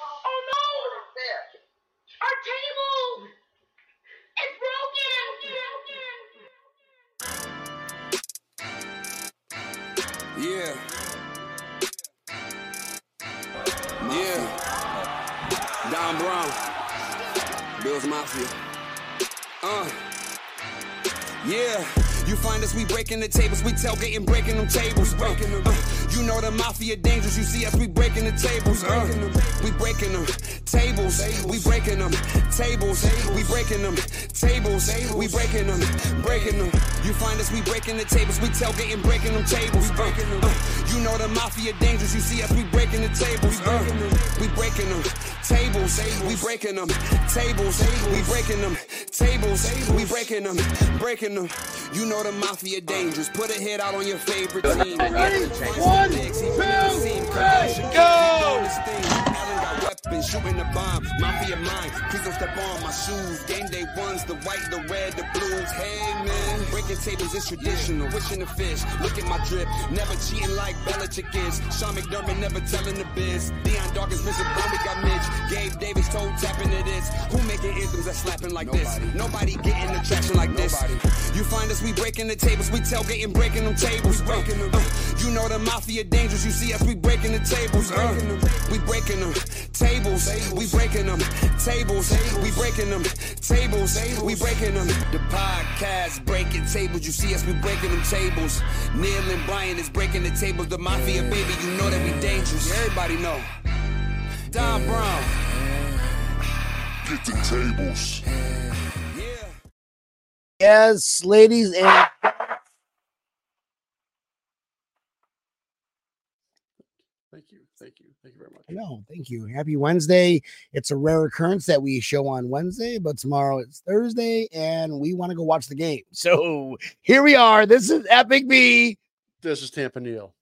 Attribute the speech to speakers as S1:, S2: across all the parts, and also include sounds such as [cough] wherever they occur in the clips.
S1: Oh no! Our table is broken!
S2: Yeah, yeah. Don Brown, Bills Mafia. Uh, yeah. You find us, we breaking the tables, we tailgating, breaking them tables. We breaking them. Uh, you know the mafia dangerous, you see us, we breaking the tables. We breaking uh, them. We breaking them tables. We breaking them tables. We breaking them tables. We breaking them, breaking them. You find us, we breaking the tables, we tailgating, breaking them tables. We breaking them. Uh, you know the mafia dangerous, you see us, we breaking the tables. We breaking them. We breaking them tables. We breaking them tables. We breaking them tables. We breaking them, breaking them. You know the mafia dangerous. Put a hit out on your favorite team. One, two, three, go! Allen got weapons, shooting the bomb. Mafia mind, please don't step on my shoes. Game day ones, the white, the red, the blues. Hey man, breaking tables is traditional. Wishing the fish, look at my drip. Never cheating like Belichick is. Sean McDermott never telling the biz. Deion Dawkins, Richard Bowman got Mitch. Gabe Davis told tapping it is. Who making anthems that slapping like this? Nobody getting attraction like this. You find us, we breaking the tables, we tailgating, breaking them tables. We breaking them. you know the mafia dangerous, you see us, we breaking the tables. uh. we breaking them tables. We breaking them tables. We breaking them tables. We breaking them. The podcast breaking tables, you see us, we breaking them tables. Neil and Brian is breaking the tables. The mafia, baby, you know that we dangerous. Everybody know. Don Brown.
S3: Hit the tables.
S2: Yeah.
S4: Yes, ladies and
S5: Thank you. Thank you. Thank you very much.
S4: no, thank you. Happy Wednesday. It's a rare occurrence that we show on Wednesday, but tomorrow it's Thursday, and we want to go watch the game. [laughs] So here we are. This is Epic B.
S5: This is Tampa Neal.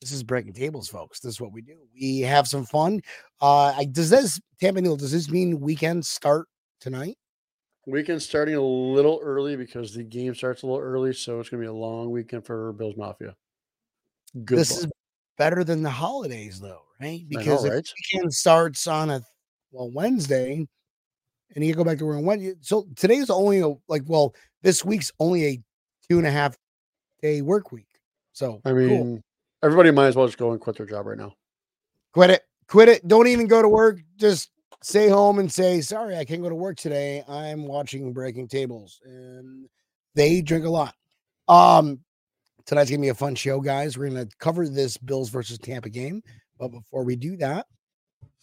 S4: This is breaking tables, folks. This is what we do. We have some fun. Uh, I, does this Tampa Neal? Does this mean weekends start tonight?
S5: Weekend starting a little early because the game starts a little early, so it's going to be a long weekend for Bills Mafia. Good.
S4: this
S5: luck.
S4: is better than the holidays, though, right?
S5: I know,
S4: Because if
S5: right?
S4: weekend starts on a well Wednesday, and you go back to work on Wednesday. So today's only a, like well, this week's only a two and a half day work week. So
S5: I
S4: cool.
S5: mean, everybody might as well just go and quit their job right now.
S4: quit it, quit it. Don't even go to work. Just stay home and say, "Sorry, I can't go to work today. I'm watching Breaking Tables." And they drink a lot. Um, tonight's gonna be a fun show, guys. We're gonna cover this Bills versus Tampa game, but before we do that,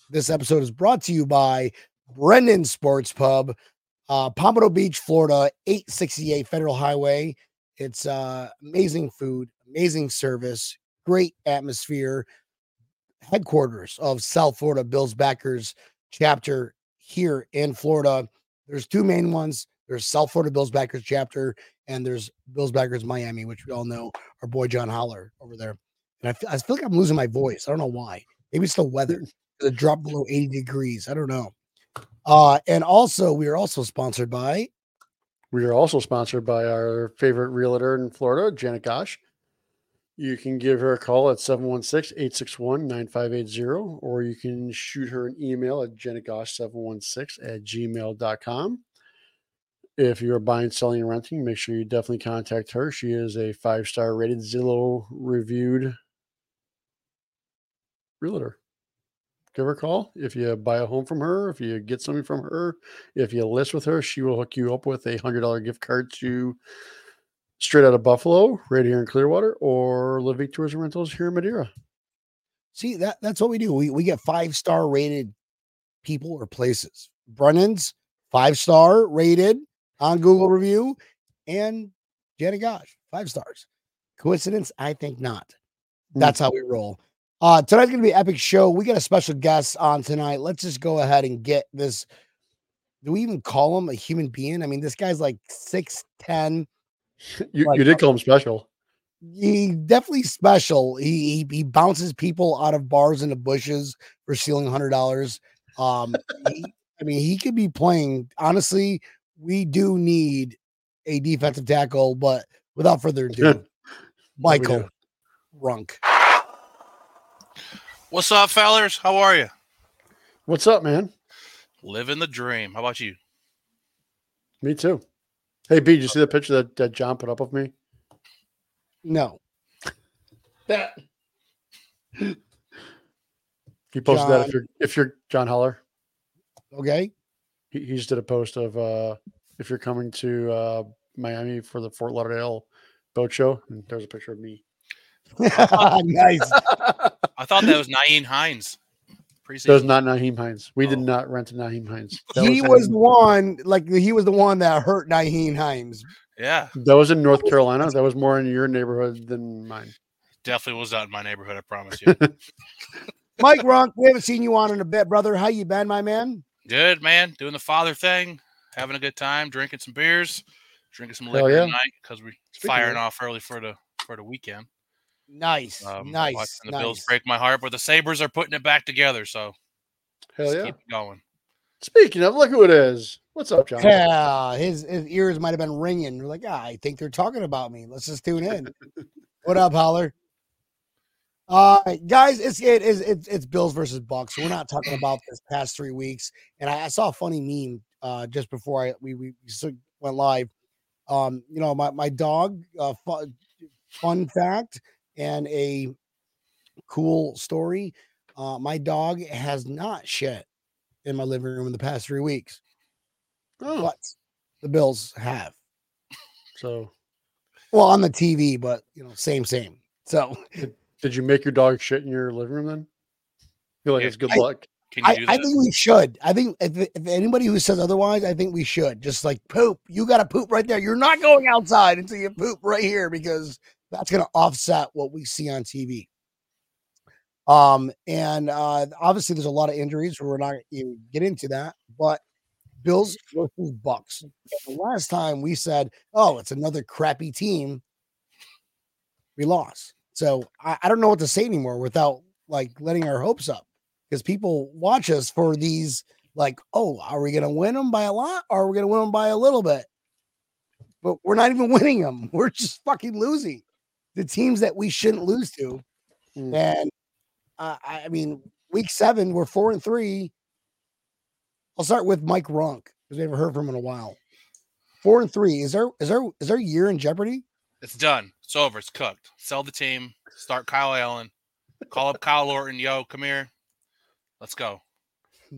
S4: this episode is brought to you by Brendan Sports Pub, uh, Pompano Beach, Florida, 868 Federal Highway. It's uh, amazing food, amazing service, great atmosphere headquarters of South Florida Bills backers chapter here in Florida. There's two main ones. There's South Florida Bills backers chapter, and there's Bills backers Miami, which we all know our boy John Holler over there. And I feel, I feel like I'm losing my voice. I don't know why. Maybe it's the weather. It dropped below 80 degrees. I don't know. Uh, and also, we are also sponsored by
S5: We are also sponsored by our favorite realtor in Florida, Janet Gosh. You can give her a call at 716 861 9580, or you can shoot her an email at janetgosh716 at gmail.com. If you're buying, selling, and renting, make sure you definitely contact her. She is a five star rated Zillow reviewed realtor. Give her a call. If you buy a home from her, if you get something from her, if you list with her, she will hook you up with a hundred dollar gift card to straight out of Buffalo, right here in Clearwater, or Living Tours and Rentals here in Madeira.
S4: See that that's what we do. We we get five star rated people or places. Brennan's five star rated on Google review, and Janet Gosh five stars. Coincidence? I think not.
S5: Hmm.
S4: That's how we roll. Uh, tonight's gonna be an epic show. We got a special guest on tonight. Let's just go ahead and get this. Do we even call him a human being? I mean, this guy's like six ten.
S5: You,
S4: Like,
S5: you did call him special.
S4: he definitely special. He, he he bounces people out of bars into bushes for stealing hundred dollars. Um, he- I mean, he could be playing. Honestly, we do need a defensive tackle, but without
S5: [laughs]
S4: further ado, Michael
S5: do.
S4: Runk.
S6: What's up, fellers? How are you?
S5: What's up, man?
S6: Living the dream. How about you?
S5: Me too. Hey, B,
S4: Uh,
S5: did you see the picture that, that John put up of me?
S4: No.
S5: That he posted that
S4: John.
S5: if you're if you're John Holler, [laughs]
S4: Okay. [laughs]
S5: he, he just did a post of uh if you're coming to uh Miami for the Fort Lauderdale boat show, and there's a picture of me.
S4: nice.
S6: I thought that was Naeem Hines. Preseason.
S5: There's not Naheem Hines. We did
S6: Oh.
S5: not rent a Naheem Hines. That
S4: He
S5: was,
S4: was the one, like he was the one that hurt Naheem Himes.
S6: yeah,
S5: that was in North Carolina. That was more in your neighborhood than mine.
S6: definitely was not in my neighborhood. I
S5: [laughs]
S6: promise you.
S4: Mike Ronk, we haven't seen you on in a bit, brother. How you been, my man?
S6: Good man, doing the father thing, having a good time, drinking some beers, drinking some
S5: Hell
S6: liquor
S5: yeah.
S6: tonight because we're
S5: Speaking of
S6: firing
S5: that.
S6: off early for the for the weekend.
S4: Nice,
S6: Um,
S4: nice,
S6: watching the Bills
S4: nice.
S6: break my heart, but the Sabers are putting it back together. So
S5: Hell
S6: just
S5: yeah.
S6: keep it going.
S5: Speaking of, look who it is. What's up, John?
S4: Yeah, his, his ears might have been ringing. You're like, ah, I think they're talking about me. Let's just tune in. what up, Holler? Uh, guys, it's it is it's, it's Bills versus Bucks. We're not talking about this past three weeks. And I, I saw a funny meme uh just before I we we s- went live. Um, you know, my my dog. Uh, fun, fun fact and a cool story. Uh, my dog has not shit in my living room in the past three weeks
S5: Oh,
S4: but the Bills have.
S5: so
S4: Well, on the TV, but you know, same, same. So
S5: Did you make your dog shit in your living room then? feel like
S6: Yeah.
S5: it's good
S4: I-
S5: luck.
S6: Can you
S4: I,
S6: do
S4: I
S6: that?
S4: think we should. I think if, if anybody who says otherwise, I think we should just like poop. You got to poop right there. You're not going outside until you poop right here because that's going to offset what we see on TV. Um, and uh, obviously there's a lot of injuries. We're not even get into that, but Bills versus Bucks. The last time we said, "Oh, it's another crappy team," we lost. So I, I don't know what to say anymore without like letting our hopes up because people watch us for these. Like, oh, are we going to win them by a lot? Or are we going to win them by a little bit? But we're not even [laughs] winning them. We're just fucking losing the teams that we shouldn't lose to.
S5: Mm.
S4: And uh, I I mean, week seven, we're four and three. I'll start with Mike Ronk because we haven't heard from him in a while. Four and three. Is there is there is there a year in jeopardy?
S6: It's done. It's over. It's cooked. Sell the team. Start Kyle Allen. Call up Kyle Orton. Yo, come here. Let's go.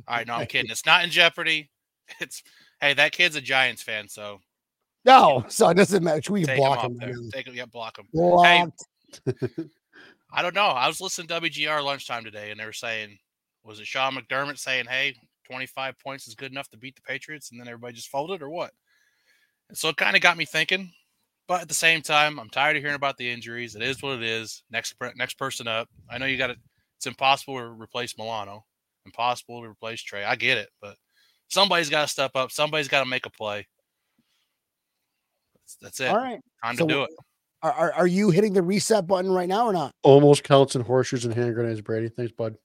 S6: All right, no, I'm kidding. It's not in jeopardy. [laughs] It's hey, that kid's a Giants fan, so
S4: No, [laughs] so it doesn't matter. Should we
S6: take him
S4: block
S6: off
S4: him?
S6: there.
S4: right now?
S6: Take him, yeah, block him.
S4: Block. [laughs]
S6: I don't know. I was listening to WGR lunchtime today, and they were saying, was it Sean McDermott saying, hey, 25 points is good enough to beat the Patriots? And then everybody just folded, or what? And so it kind of got me thinking. But at the same time, I'm tired of hearing about the injuries. It is what it is. Next per- next person up. I know you got to, it's impossible to replace Milano, impossible to replace Trey. I get it, but somebody's got to step up. Somebody's got to make a play. That's, that's it.
S4: All right.
S6: Time
S4: So
S6: to do
S4: wh-
S6: it.
S4: Are, are are you hitting the reset button right now or not?
S5: Almost counts in horseshoes and hand grenades, Brady. Thanks, bud.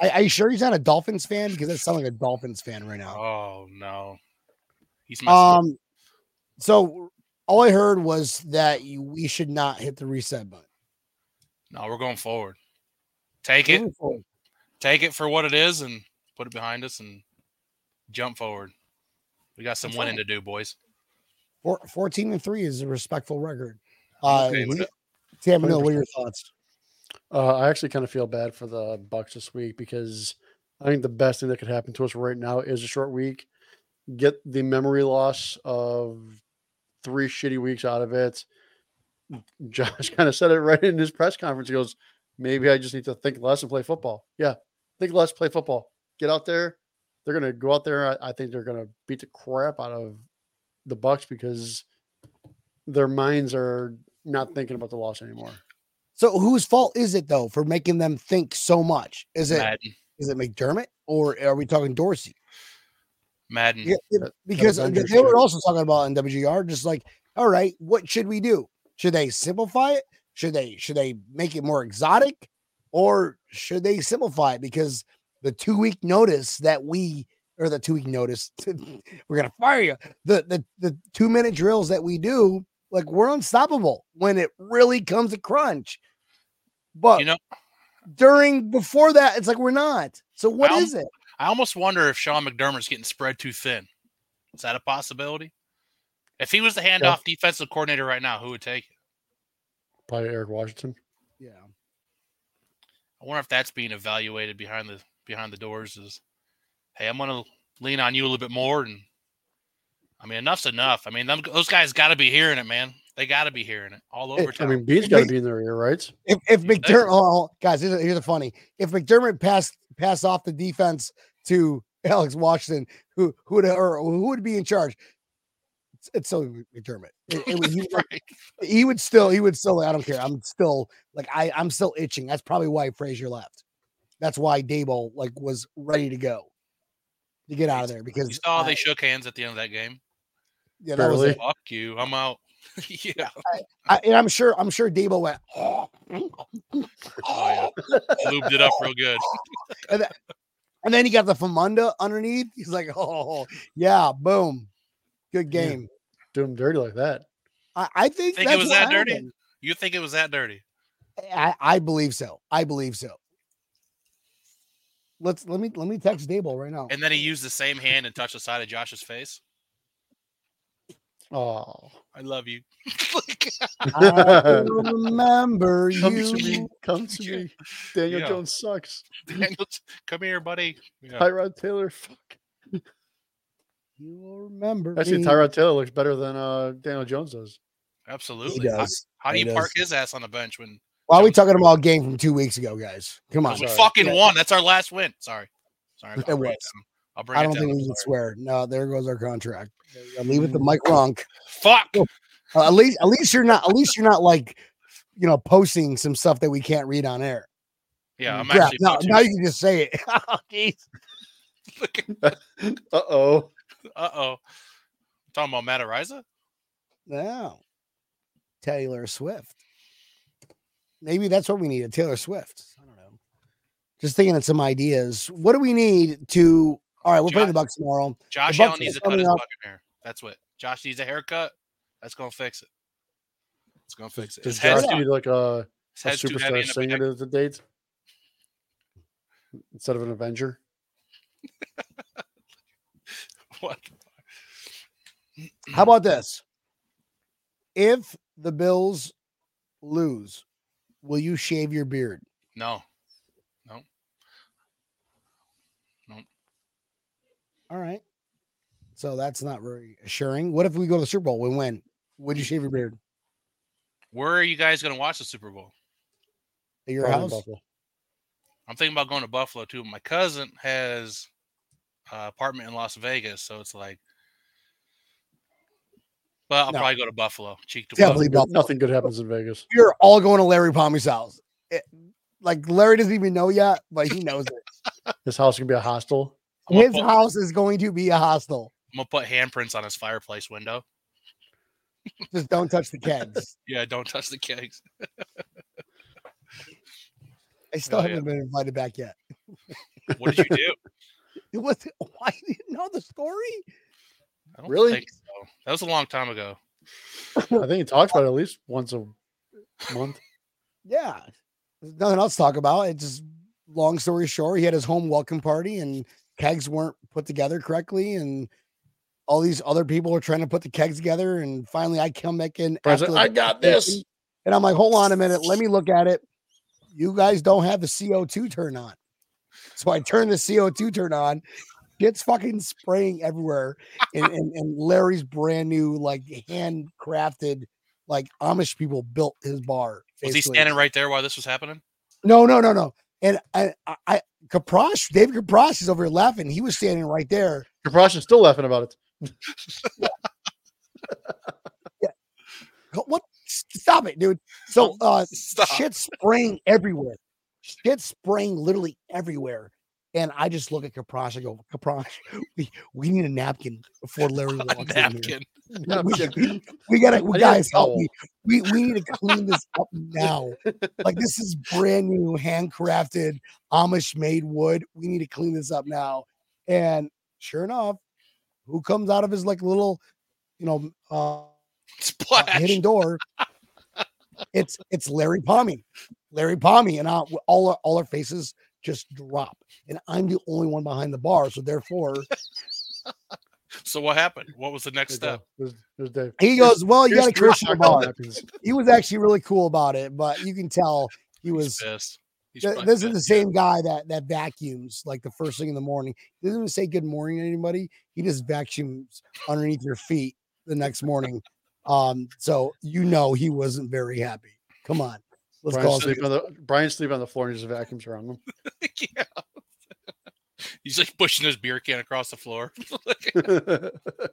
S4: Are, are you sure he's not a Dolphins fan? Because that's sounding like a Dolphins fan right now.
S6: Oh, no. He's messing up.
S4: Um, so all I heard was that you, we should not hit the reset button.
S6: No, we're going forward. Take it,
S4: Moving forward.
S6: take it for what it is, and put it behind us and jump forward. We got some
S4: That's
S6: winning
S4: right.
S6: to do, boys.
S4: Four, 14 and three is a respectful record. Uh,
S6: okay with
S4: Lee-
S6: it.
S4: Sam, no, what are your thoughts?
S5: Uh, I actually kind of feel bad for the Bucks this week because I think the best thing that could happen to us right now is a short week. Get the memory loss of three shitty weeks out of it. [laughs] Josh kind of said it right in his press conference. He goes, "Maybe I just need to think less and play football." Yeah, think less, play football. Get out there. They're gonna go out there. I, I think they're gonna beat the crap out of the Bucks because their minds are not thinking about the loss anymore.
S4: So whose fault is it though for making them think so much? Is it is
S6: Madden,
S4: it McDermott or are we talking Dorsey?
S6: Madden.
S4: Yeah, yeah,
S5: that
S4: because uh,
S5: was
S4: they
S5: under
S4: they were
S5: shit.
S4: also talking about in WGR, just like, all right, what should we do? Should they simplify it? Should they should they make it more exotic, or should they simplify it? Because the two week notice that we or the two week notice [laughs] we're gonna fire you. The the the two minute drills that we do, like we're unstoppable when it really comes to crunch. But
S6: You know,
S4: during before that, it's like we're not. So what
S6: Well,
S4: is it?
S6: I almost wonder if Sean McDermott's getting spread too thin. Is that a possibility? If he was the handoff defensive coordinator right now, who would take it?
S5: Probably Eric Washington.
S4: Yeah.
S6: I wonder if that's being evaluated behind the behind the doors. Is hey, I'm going to lean on you a little bit more, and I mean, enough's enough. I mean, them, those guys got to be hearing it, man. They got to be hearing it all over
S5: I
S6: time. [laughs]
S5: mean, B's got to
S4: Wait.
S5: be in their ear, right?
S4: If if
S6: You think?
S4: McDermott, oh, guys, here's a, here's a funny. If McDermott passed passed off the defense to [laughs] Alex Washington, who who would or who would be in charge? It's, it's still McDermott. It- it would- he,
S6: [laughs]
S4: would-
S6: Right.
S4: he would still he would still. I don't care. I'm still like I I'm still itching. That's probably why Frazier left. That's why Dable like was ready to go to get out of there because
S6: You saw
S4: uh,
S6: oh, they shook hands at the end of that game.
S4: yeah, that was it.
S5: Barely.
S6: Fuck you, I'm out. [laughs]
S4: [laughs]
S6: yeah,
S4: I, and I'm sure I'm sure Debo went.
S6: Oh, lubed it up real good.
S4: And then he got the Famunda underneath. He's like, [laughs] oh yeah, boom, good
S5: Yeah.
S4: game.
S5: Do him dirty like that.
S4: I, I think,
S6: Think it
S4: that's
S6: was
S4: what
S6: that dirty?
S4: happened.
S6: You think it was that dirty?
S4: I, I believe so. I believe so. Let's let me let me text Dable right now.
S6: And then he used the same hand and touched the side of Josh's face.
S5: Oh,
S6: I love you. [laughs]
S4: I will remember
S5: come to me,
S4: you.
S5: come to me. Daniel
S6: Yeah.
S5: Jones sucks.
S6: Daniels, come here, buddy. Yeah.
S5: Tyrod Taylor, fuck.
S4: You will remember.
S5: Actually,
S4: me.
S5: Tyrod Taylor looks better than uh, Daniel Jones [laughs] does.
S4: He
S6: Absolutely. How-
S4: does.
S6: How, do
S4: He
S6: you park
S4: does.
S6: his ass on the bench when
S4: Why are we talking about a game from two weeks ago, guys? Come on.
S6: we
S5: sorry.
S6: fucking
S4: Yeah.
S6: won? That's our last win. Sorry. Sorry. I'll
S4: It
S6: bring it
S4: was.
S6: down. I'll bring
S4: I
S6: it
S4: don't
S6: down.
S4: think
S6: I'm
S4: we can
S6: sorry.
S4: swear. No, there goes our contract. There you go. Leave it to Mike Ronk.
S6: Fuck.
S4: Uh, at least, at least you're not. At least you're not like, you know, posting some stuff that we can't read on air.
S6: Yeah, I'm
S4: Crap,
S6: actually
S4: now,
S6: fucking-
S4: now you can just say it. [laughs] Oh, jeez.
S5: Uh oh.
S6: Uh-oh. Talking about Matt Ariza?
S4: no, Taylor Swift. Maybe that's what we need. A Taylor Swift. I don't know. Just thinking of some ideas. What do we need to? All right, we'll play the
S6: Josh-
S4: Bucks tomorrow.
S6: Josh
S4: Bucks
S6: Allen
S4: are
S6: needs to cut
S4: coming
S6: his
S4: up.
S6: fucking hair. That's what. Josh needs a haircut. That's gonna fix it. It's gonna fix it.
S5: Does
S6: His
S5: Josh
S6: head's,
S4: Josh-
S6: too,
S5: be like a,
S6: his
S5: a
S6: head's too heavy
S5: superstar
S6: in the
S5: singer
S6: back.
S5: to the date instead of an Avenger?
S6: What? Mm-hmm.
S4: How about this? If the Bills lose, will you shave your beard?
S6: No.
S4: All right. So that's not very assuring. What if we go to the Super Bowl? We win. Would you shave your beard
S6: Where are you guys gonna watch the Super Bowl?
S4: at your
S5: Probably
S4: house?
S5: Buffalo.
S6: I'm thinking about going to Buffalo too. My cousin has an apartment in Las Vegas, so it's like, but I'll
S4: No.
S6: probably go to Buffalo. Cheek to
S4: Definitely
S5: Nothing
S4: Buffalo.
S5: good- Nothing good happens in Vegas.
S4: we are all going to Larry Palmy's house. It- like Larry doesn't even know yet, but he
S6: [laughs]
S4: knows it.
S5: His house can be a hostel.
S6: I'm gonna
S4: His
S6: put-
S4: house is going to be a hostel.
S6: I'm gonna put handprints on his fireplace window.
S4: Just don't touch the
S6: [laughs]
S4: kegs.
S6: Yeah, don't touch the kegs.
S4: I still
S6: Oh, yeah.
S4: haven't been invited back yet.
S6: [laughs] What did you do?
S4: It was [laughs] why you didn't know the story?
S6: I don't
S5: Really?
S6: think so. That was a long time ago.
S5: I think he talks about it at least once a month.
S4: Yeah. There's nothing else to talk about. It just long story short, he had his home welcome party and kegs weren't put together correctly and all these other people were trying to put the kegs together and finally I come back in
S5: Brian's like,
S4: after the
S5: I got this.
S4: And I'm like, hold on a minute, let me look at it. You guys don't have the CO2 turn on. So I turn the CO2 turn on. It's fucking spraying everywhere. And, and, and Larry's brand new, like handcrafted, like Amish people built his bar.
S6: Was he
S4: basically.
S6: standing right there while this was happening?
S4: No, no, no, no. And I, I, I Kaprosh, David Kaprosh is over here laughing. He was standing right there.
S5: Kaprosh is still laughing about
S6: [laughs]
S5: it.
S4: Go- What? Stop it, dude. So uh,
S6: Stop.
S4: shit spraying everywhere. Shit spraying literally everywhere. And I just look at Kaprosh. I go, Kaprosh, [laughs] we, we need a napkin before Larry
S6: [laughs] A
S4: walks in here.
S6: napkin.
S5: [laughs] No, I'm
S4: We,
S5: kidding.
S4: we- we gotta,
S5: I need a
S4: we, guys, help
S5: towel.
S4: me. We, we need to clean this
S5: [laughs]
S4: up now. Like this is brand new, handcrafted, Amish made wood. We need to clean this up now. And sure enough, who comes out of his like little, you know, uh, uh,
S6: Splash.
S4: hidden door. It's it's Larry Palmy. Larry Palmy, and I, all our, all our faces just drop, and I'm the only one behind the bar, so therefore
S6: So what happened? What was the next
S5: There's
S6: step?
S5: Dave. There's, there's Dave.
S4: he goes, "Well, Oh, you got to
S5: Here's
S4: curse your
S5: Rock.
S4: bar."
S5: Happens.
S4: He was actually really cool about it, but you can tell he was.
S6: He's pissed. He's
S4: Th-
S6: probably
S4: this is the
S6: pissed.
S4: same guy that that vacuums like the first thing in the morning. He doesn't even say good morning to anybody. He just vacuums underneath your feet the next morning. Um, so you know he wasn't very happy. Come on, let's
S5: Brian
S4: call
S5: sleep,
S4: it.
S5: on the, Brian sleep on the floor and just vacuums around him.
S6: yeah. He's like pushing his beer can across the floor.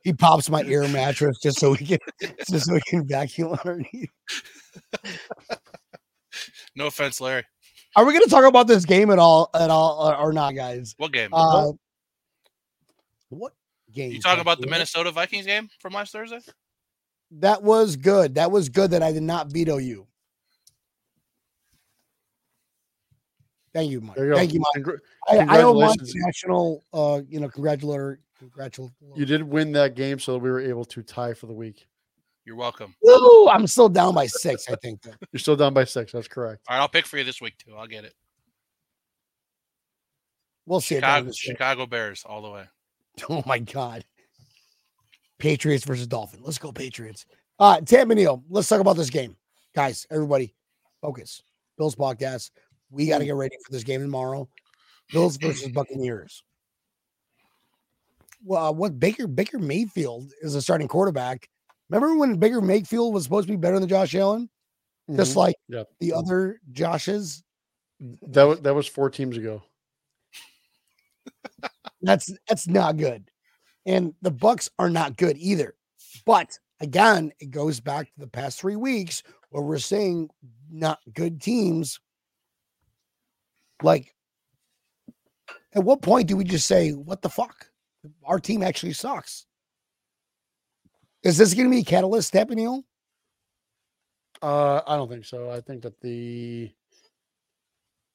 S4: He pops my air mattress just so we can [laughs] just so we can vacuum underneath.
S6: no offense, Larry.
S4: Are we going to talk about this game at all at all or- or not, guys?
S6: What game?
S4: Uh, what game?
S6: you talking about the
S4: Minnesota?
S6: Minnesota Vikings game from last Thursday?
S4: That was good. That was good that I did not veto you. Thank you, Mike.
S5: [laughs] There you go.
S4: Thank you, Mike.
S5: Congr-
S4: I, I owe Mike
S5: congratulations.
S4: national, uh, you know, congratulatory, congratulatory.
S5: You did win that game, so we were able to tie for the week.
S6: You're welcome.
S4: Woo! I'm still down by six, I think. though.
S5: You're still down by six. That's correct.
S6: All right, I'll pick for you this week too. I'll get it.
S4: We'll see. at the end of
S6: Chicago,
S4: this game.
S6: Chicago Bears all the way.
S4: [laughs] Oh my God. Patriots versus Dolphin. Let's go, Patriots. Uh Tampa Neal, let's talk about this game. Guys, everybody, focus. Bills podcast. We got to get ready for this game tomorrow. Bills versus Buccaneers. Well, uh, what Baker Baker Mayfield is a starting quarterback. Remember when Baker Mayfield was supposed to be better than Josh Allen? Just
S5: Mhm.
S4: like
S5: Yep.
S4: the other Joshes.
S5: Mm-hmm. that was that was four teams ago.
S4: That's that's not good. And the Bucks are not good either. But again, it goes back to the past three weeks where we're saying not good teams. Like, at what point do we just say, what the fuck? Our team actually sucks. Is this gonna be a catalyst, Tappanil?
S5: Uh, I don't think so. I think that the,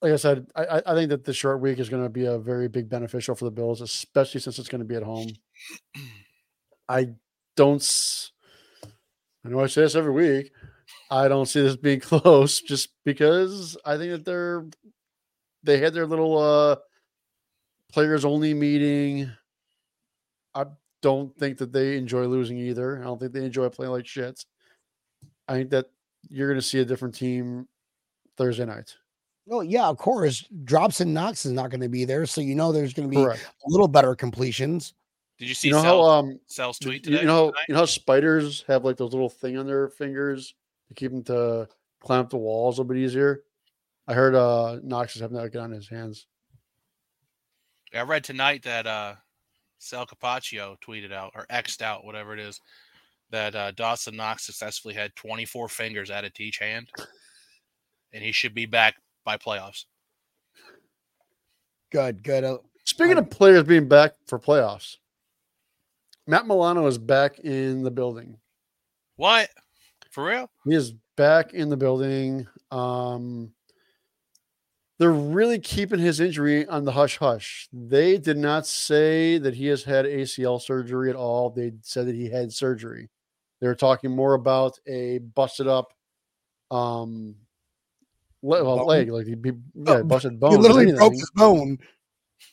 S5: like I said, I, I- I think that the short week is going to be a very big beneficial for the Bills, especially since it's going to be at home. I don't. s- I know I say this every week. I don't see this being [laughs] close, just because I think that they're they had their little uh players only meeting. I don't think that they enjoy losing either. I don't think they enjoy playing like shit. I think that you're going to see a different team Thursday night.
S4: No, yeah, of course. Drops and Knox is not gonna be there. So you know there's gonna be
S5: Correct.
S4: a little better completions.
S6: Did you see
S5: You know how
S6: Sal,
S5: um
S6: Sal's
S5: you,
S6: tweet
S5: you
S6: today?
S5: know
S6: tonight?
S5: you know how spiders have like those little thing on their fingers to keep them to climb up the walls a little bit easier. I heard uh Knox is having that gun in his hands.
S6: I read tonight that uh, Sal Capaccio tweeted out or X'd out, whatever it is, that uh, Dawson Knox successfully had 24 fingers added to each hand, and he should be back by playoffs.
S4: Good, good. Uh,
S5: Speaking of players being back for playoffs, Matt Milano is back in the building.
S6: What? For real?
S5: He is back in the building. Um, they're really keeping his injury on the hush hush. They did not say that he has had ACL surgery at all. They said that he had surgery. They were talking more about a busted up um le- well,
S4: Bone?
S5: leg, like he be yeah,
S4: Oh,
S5: busted bone.
S4: he
S5: if
S4: literally broke
S5: anything.
S4: his bone.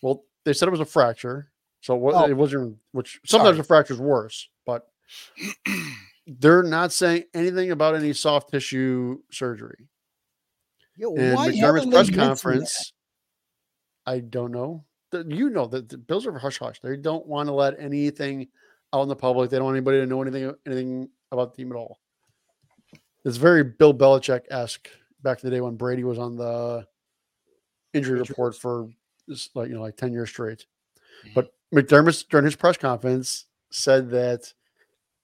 S5: Well, they said it was a fracture, so it, wa-
S4: Oh.
S5: it wasn't. Which sometimes
S4: Sorry.
S5: a fracture is worse,
S4: [clears throat]
S5: but they're not saying anything about any soft tissue surgery.
S4: Yo,
S5: And
S4: why
S5: McDermott's
S4: haven't they
S5: press
S4: mentioned that?
S5: conference, I don't know. The- You know that the Bills are hush hush. They don't want to let anything out in the public. They don't want anybody to know anything anything about the team at all. It's very Bill Belichick esque back to the day when Brady was on the injury report for s- like you know like ten years straight.
S4: Mm-hmm.
S5: But McDermott during his press conference said that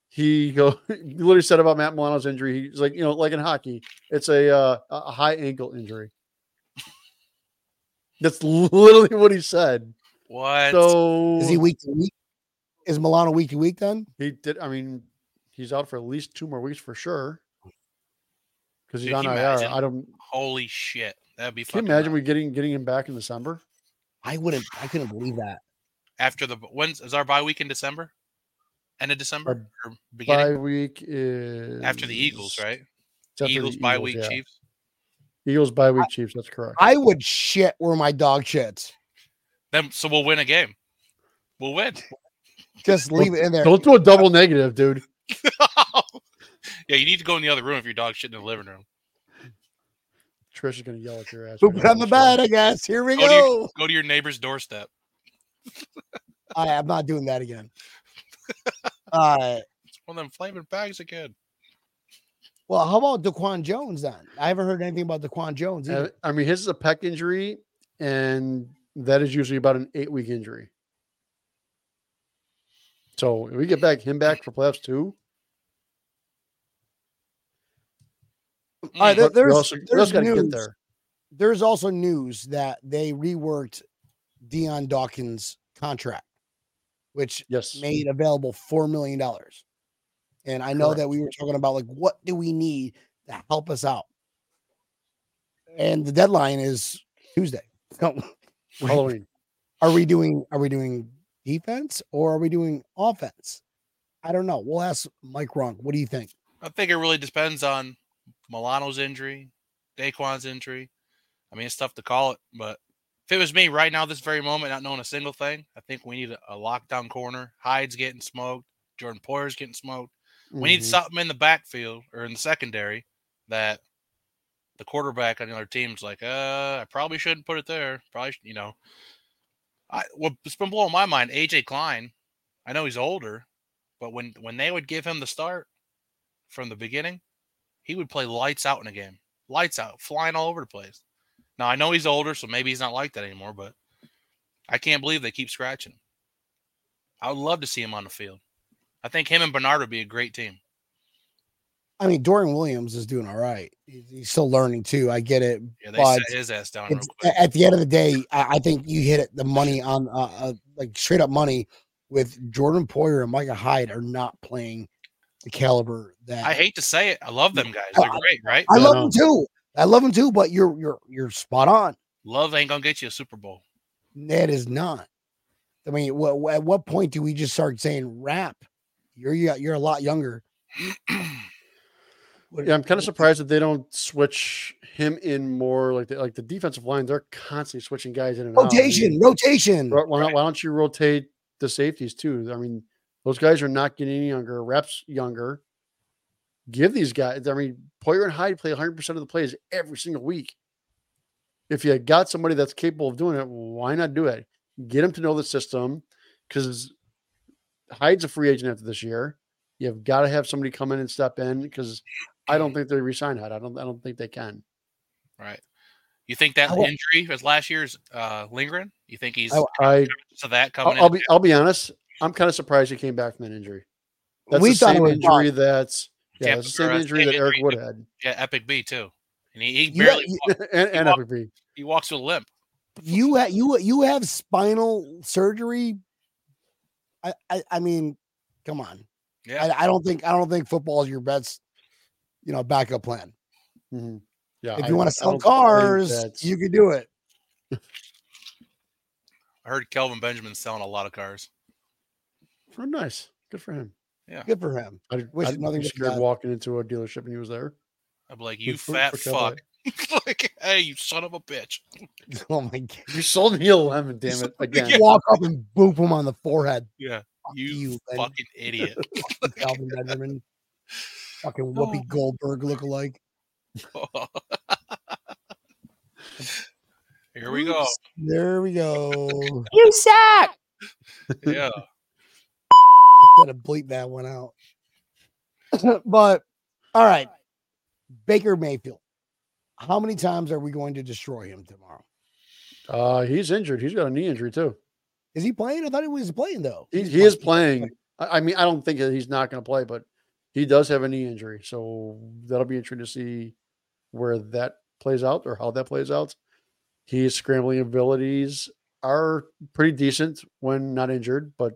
S5: he go [laughs] he literally said about Matt Milano's injury. He's like you know like in hockey, it's a uh, a a high ankle injury. That's literally what he said.
S6: What?
S5: So
S4: Is he week to week? Is Milano week to week then?
S5: He did. I mean, he's out for at least two more weeks for sure. Because he's
S6: Dude,
S5: on
S6: can
S5: IR.
S6: you imagine?
S5: I don't.
S6: Holy shit. That'd be
S5: Can
S6: fucking
S5: you imagine we
S6: nuts.
S5: getting getting him back in December?
S4: I wouldn't. I couldn't believe that.
S6: after the when's is our bye week in December? End of December? Or beginning
S5: Bye week is
S6: after the Eagles, right?
S5: it's after the
S6: Eagles bye
S5: Eagles,
S6: week,
S5: yeah.
S6: Chiefs.
S5: Eagles bye week, Chiefs. That's correct.
S4: I would shit where my dog shits.
S6: Then so we'll win a game. We'll win.
S4: Just leave it in there.
S5: Don't do a double negative, dude.
S6: [laughs] yeah, you need to go in the other room if your dog's shitting in the living room.
S5: Trish is gonna yell at your ass.
S4: Poop
S5: right
S4: it on
S5: now,
S4: the
S5: so-
S4: bed, I guess. Here we
S6: Go to your,
S4: go.
S6: go to your neighbor's doorstep.
S4: I, I'm not doing that
S5: [laughs]
S4: again. Uh,
S6: It's one of them flaming bags again.
S4: well, how about Daquan Jones then? I haven't heard anything about Daquan Jones.
S5: Uh,
S4: either.
S5: I mean, his is a pec injury, and that is usually about an eight week injury. So if we get back him back for playoffs two,
S4: All right,
S6: Mm.
S4: there-
S5: but we
S4: there's,
S5: also, we
S4: there's
S5: also got to
S4: news.
S5: get there.
S4: There's also news that they reworked Dion Dawkins' contract, which
S5: Yes,
S4: made available four million dollars. And I know that we were talking about like what do we need to help us out? And the deadline is Tuesday. So [laughs]
S5: Halloween.
S4: are we doing are we doing defense or are we doing offense? I don't know. We'll ask Mike Ronk. What do you think?
S6: I think it really depends on Milano's injury, Daquan's injury. I mean, it's tough to call it, but if it was me right now, this very moment, not knowing a single thing, I think we need a, a lockdown corner. Hyde's getting smoked. Jordan Poyer's getting smoked. We need
S5: Mhm.
S6: something in the backfield or in the secondary that the quarterback on the other team's like, uh, I probably shouldn't put it there. Probably, sh- you know. I what's been blowing my mind, AJ Klein. I know he's older, but when when they would give him the start from the beginning, he would play lights out in a game, lights out, flying all over the place. Now I know he's older, so maybe he's not like that anymore. But I can't believe they keep scratching him. I would love to see him on the field. I think him and Bernard would be a great team.
S4: I mean, Dorian Williams is doing all right. He's he's still learning too. I get it.
S6: Yeah, they
S4: But
S6: set his ass down real
S4: it's,
S6: quick.
S4: a- at the end of the day, I, I think you hit it the money on uh, uh, like straight up money with Jordan Poyer and Micah Hyde are not playing the caliber that
S6: I hate to say it. I love them guys. They're great, right?
S4: I
S5: Yeah,
S4: love
S5: no.
S4: them too. I love them too, but you're you're you're spot on.
S6: Love ain't gonna get you a Super Bowl.
S4: That is not. I mean, what, at what point do we just start saying rap? You're yo- you're a lot
S6: [clears throat]
S4: younger. What-
S5: Yeah, I'm kind
S4: what-
S5: of surprised that they don't switch him in more. Like the, like the defensive line, they're constantly switching guys in and out. I mean,
S4: Rotation, rotation.
S5: Why, why not, why don't you rotate the safeties too? I mean, those guys are not getting any younger. Reps younger. Give these guys. I mean, Poyer and Hyde play 100 percent of the plays every single week. If you got somebody that's capable of doing it, why not do it? Get them to know the system, because Hyde's a free agent after this year. You've got to have somebody come in and step in because I don't think they resign Hyde. I don't. I don't think they can.
S6: Right. You think that
S4: I wa-
S6: injury was last year's uh lingering? You think he's
S4: I wa-
S5: I.
S6: to that coming
S5: I'll, I'll
S6: in?
S5: be. I'll be honest. I'm kind of surprised he came back from that injury. That's
S4: we
S5: the
S4: thought it
S5: same
S4: was
S5: injury
S4: injury.
S5: that's yeah,
S6: Yep,
S5: it's the same
S6: or, uh,
S5: injury
S6: same
S5: that Eric
S6: injury
S5: Wood had,
S6: yeah, Epic B too. And he, he
S4: You-
S6: barely
S4: you-
S6: walks.
S5: [laughs] and, and
S6: walked-
S5: Epic B.
S6: he walks with a limp.
S4: You ha- you you have spinal surgery. I I, I mean, come on.
S6: Yeah.
S4: I, I don't think I don't think football is your best, you know, backup plan.
S5: Mhm. Yeah,
S4: If
S5: I-
S4: you want
S5: I
S4: to sell
S5: don't think
S4: cars,
S5: that's-
S4: you can do it.
S6: I heard Kelvin Benjamin's selling a lot of cars.
S5: oh, nice, good for him.
S4: Good for him. [laughs]
S5: I
S4: Wish
S5: wish
S4: nothing
S5: nothing
S4: but
S5: scared
S4: that.
S5: walking into a dealership and he was there. [laughs]
S6: I'd be like,
S5: Good
S6: you
S5: for- for
S6: fat
S5: Cowboy.
S6: fuck. [laughs] like, hey, you son of a bitch.
S4: Oh my god.
S5: You sold me a lemon, damn it! Again,
S4: Walk up and boop him on the forehead.
S6: Yeah.
S4: Fuck
S6: You,
S4: Ben.
S6: fucking idiot. [laughs]
S4: Calvin Benjamin. Fucking
S6: Oh.
S4: Whoopi Goldberg look alike.
S6: Here we go.
S4: There we go.
S7: You suck.
S6: Yeah.
S4: Gotta bleep that one out. [laughs] but all right. Baker Mayfield. How many times are we going to destroy him tomorrow?
S5: uh, he's injured. He's got a knee injury too.
S4: Is he playing? I thought he was playing though.
S5: He,
S4: He's
S5: he is playing. I, I mean, I don't think that he's not going to play, but he does have a knee injury, so that'll be interesting to see where that plays out or how that plays out. His scrambling abilities are pretty decent when not injured, but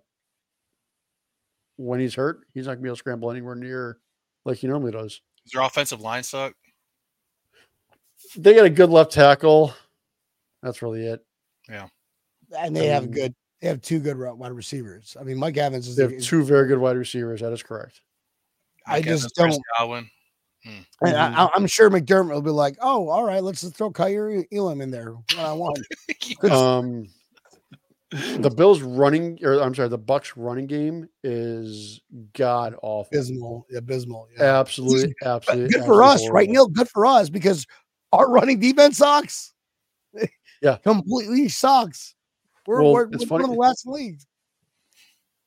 S5: when he's hurt, he's not going to be able to scramble anywhere near like he normally does.
S6: Does your offensive line suck?
S5: They got a good left tackle. That's really it.
S4: and they have
S5: Um,
S4: good they have two good route wide receivers. I mean, Mike Evans is
S5: They
S4: the-
S5: have two very good wide receivers. That is correct.
S4: I
S6: Mike
S4: just
S6: Evans, Chris
S4: don't-
S6: Godwin. Hmm.
S4: And I, I'm sure McDermott will be like, "Oh, all right, let's just throw Kyrie Elam in there one on
S5: [laughs]
S4: one." [laughs]
S5: Um, the Bills running, or I'm sorry, the Bucks running game is god awful.
S4: Abysmal, abysmal. Yeah.
S5: Absolutely,
S4: But
S5: absolutely.
S4: good for
S5: absolutely
S4: us, right,
S5: horrible.
S4: Neil? Good for us because our running defense sucks.
S5: Yeah.
S4: [laughs] completely sucks. We're,
S5: Well,
S4: we're,
S5: it's
S4: we're one of
S5: funny-
S4: the last leagues.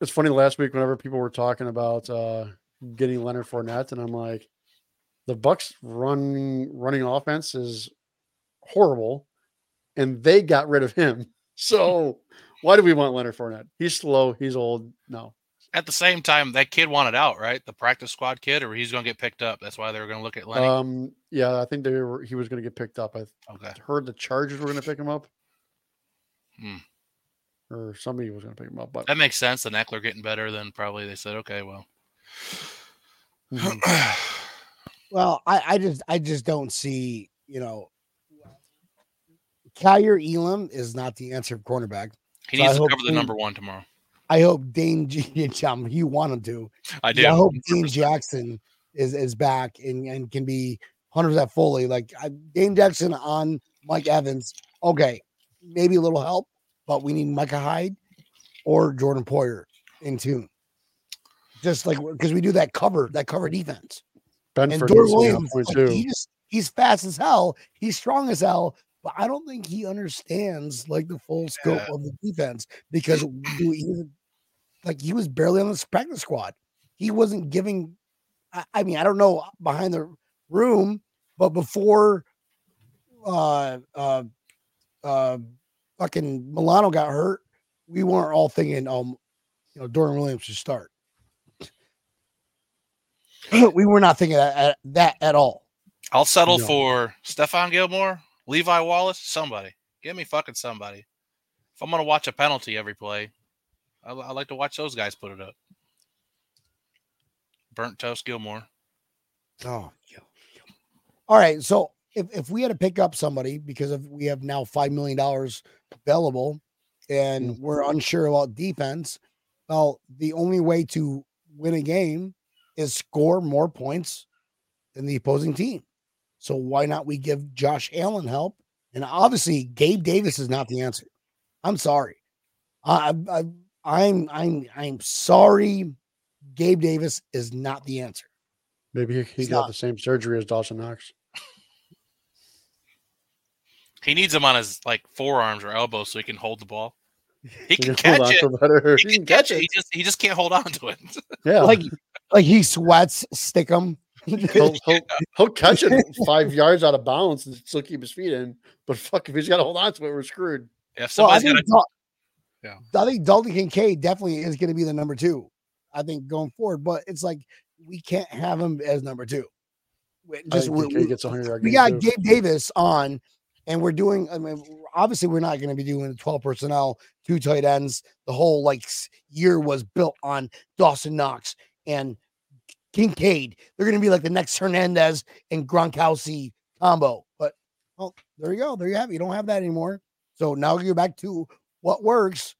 S5: It's funny last week whenever people were talking about uh, getting Leonard Fournette, and I'm like, the Bucks running running offense is horrible, and they got rid of him. [laughs] So why do we want Leonard Fournette? He's slow. He's old. No.
S6: At the same time, that kid wanted out, right? The practice squad kid, or he's going to get picked up. That's why they were going to look at Lenny.
S5: Um. Yeah, I think they were. He was going to get picked up. I
S6: okay.
S5: heard the Chargers were going to pick him up,
S6: Hmm.
S5: or somebody was going to pick him up. But
S6: That makes sense. The Eckler getting better, then probably they said, okay, well. [gasps] hmm.
S5: Mhm.
S4: Well, I, I just I just don't see you know. Kyrie Elam is not the answer for cornerback.
S6: He
S4: So I
S6: needs to
S4: hope
S6: cover the
S4: Dame-
S6: number one tomorrow.
S4: I hope Dane G- [laughs] um, you want him to.
S6: I do.
S4: I hope Dane
S6: 100%.
S4: Jackson is is back and, and can be 100% fully. Like I, Dane Jackson on Mike Evans. Okay, maybe a little help, but we need Micah Hyde or Jordan Poyer in tune. Just like because we do that cover, that cover defense. And
S5: Benford
S4: Jordan
S5: needs to be on
S4: Williams,
S5: point
S4: like,
S5: too.
S4: he just he's fast as hell, he's strong as hell, but I don't think he understands like the full scope
S6: Yeah.
S4: of the defense because he he was like he was barely on the practice squad. He wasn't giving. I, I mean, I don't know uh, behind the room, but before uh uh uh fucking Milano got hurt, we weren't all thinking, um, you know, Dorian Williams should start. [clears throat] we were not thinking that at, that at all.
S6: I'll settle
S5: No.
S6: for Stefan Gilmore, Levi Wallace, somebody. Give me fucking somebody. If I'm going to watch a penalty every play, I, I like to watch those guys put it up. Burnt toast Gilmore.
S4: Oh, all right. So if, if we had to pick up somebody because of, we have now five million dollars available, and we're unsure about defense, well, the only way to win a game is score more points than the opposing team. So why not we give Josh Allen help? And obviously, Gabe Davis is not the answer. I'm sorry. I, I, I'm I'm I'm sorry. Gabe Davis is not the answer.
S5: Maybe he, he
S4: He's
S5: got
S4: not.
S5: the same surgery as Dawson Knox.
S6: He needs him on his like forearms or elbows so he can hold the ball. [laughs] He
S5: [laughs] He
S6: can
S5: can hold
S6: catch
S5: on
S6: it.
S5: to better. [laughs]
S6: He can catch it. He just he just can't hold on to it. [laughs]
S5: Yeah,
S4: like like he sweats stick him [laughs]
S6: [laughs]
S5: he'll, he'll, he'll catch it five yards out of bounds and still keep his feet in. But fuck, if he's got to hold on to it, we're screwed.
S6: If
S4: well, I,
S6: somebody's
S4: think
S6: got
S4: Dal-
S6: Yeah.
S4: I think dalton kincaid definitely is going to be the number two i think going forward but it's like we can't have him as number two We-
S5: I
S4: just
S5: think
S4: we,
S5: DK
S4: we,
S5: gets a hundred yard
S4: we
S5: game,
S4: got
S5: too.
S4: gabe davis on and we're doing i mean obviously we're not going to be doing 12 personnel two tight ends the whole like s- year was built on dawson knox and kincaid they're going to be like the next hernandez and gronkowski combo but well there you go there you have it you don't have that anymore so now you're back to what works,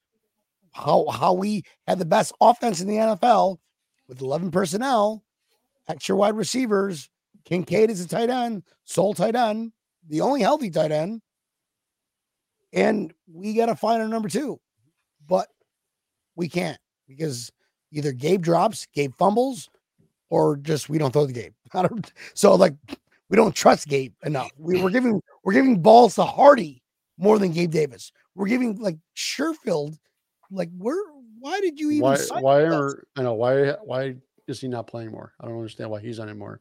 S4: how how we had the best offense in the NFL with 11 personnel, extra wide receivers. Kincaid is a tight end, sole tight end, the only healthy tight end. And we got to find our number two, but we can't because either Gabe drops, Gabe fumbles, or just we don't throw the Gabe. [laughs] I don't, so like we don't trust Gabe enough. We, we're giving we're giving balls to Hardy more than Gabe Davis. We're giving like Sherfield, like where? Why did you even?
S5: Why?
S4: sign
S5: Why
S4: with us?
S5: are I know why? Why is he not playing more? I don't understand why he's not anymore.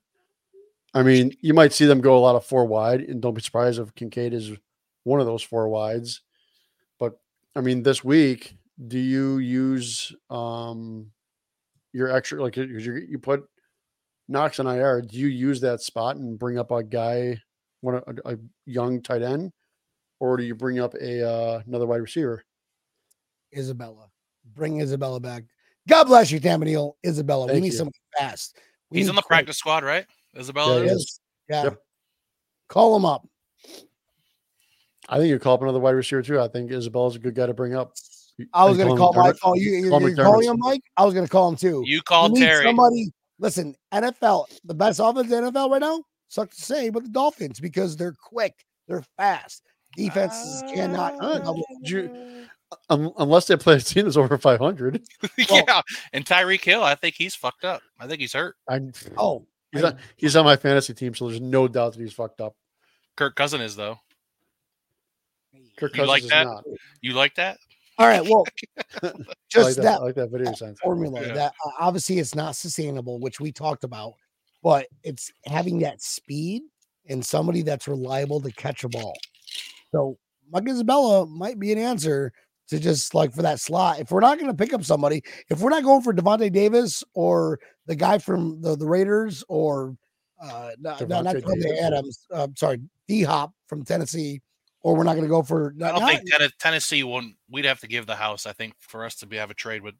S5: I mean, you might see them go a lot of four wide, and don't be surprised if Kincaid is one of those four wides. But I mean, this week, do you use um your extra like 'cause you you put Knox on IR? Do you use that spot and bring up a guy, one of- a, a young tight end, or do you bring up a uh, another wide receiver?
S4: Isabella. Bring Isabella back. God bless you, Tampa Neal. Isabella. we
S5: Thank
S4: need
S5: you.
S4: somebody fast. We
S6: he's
S4: need
S6: on the
S4: quick.
S6: practice squad, right? Isabella
S5: Yeah, he
S6: is?
S5: is.
S4: Yeah.
S5: Yep.
S4: Call him up.
S5: I think you call up another wide receiver too. I think Isabella's a good guy to bring up. You-
S4: I was
S5: and
S4: gonna
S5: him
S4: call Mike.
S5: McDermott.
S4: Oh, you, you,
S5: Call
S4: you calling
S5: McDermott.
S4: him Mike? I was gonna call him too.
S6: You
S4: We
S6: called [laughs]
S4: need
S6: Terry.
S4: somebody Listen, NFL, the best offense in the NFL right now, sucks to say, but the Dolphins because they're quick, they're fast. Defenses cannot.
S5: Ah,
S4: double-
S5: did you- un- unless they play a team that's over 500.
S6: yeah. And Tyreek Hill, I think he's fucked up. I think he's hurt.
S5: I,
S4: Oh,
S5: he's, on, he's on my fantasy team, so there's no doubt that he's fucked up.
S6: Kirk Cousin is though.
S5: Kirk
S6: You
S5: Cousins
S6: like
S5: is
S6: that?
S5: not.
S6: You like that?
S4: all right. Well,
S5: [laughs] I
S4: just
S5: like that,
S4: that
S5: I like that video sense.
S4: formula
S6: Yeah.
S4: that uh, obviously it's not sustainable, which we talked about, but it's having that speed and somebody that's reliable to catch a ball. So Mike Isabella might be an answer to just like for that slot. If we're not going to pick up somebody, if we're not going for Devontae Davis or the guy from the, the Raiders or uh, not, not, not
S5: Devontae
S4: Devontae
S5: Davis.
S4: Adams, uh, sorry, D Hop from Tennessee, or we're not going to go for.
S6: I
S4: Not,
S6: don't
S4: not-
S6: think Tenn- Tennessee won't. We'd have to give the house. I think for us to be have a trade with,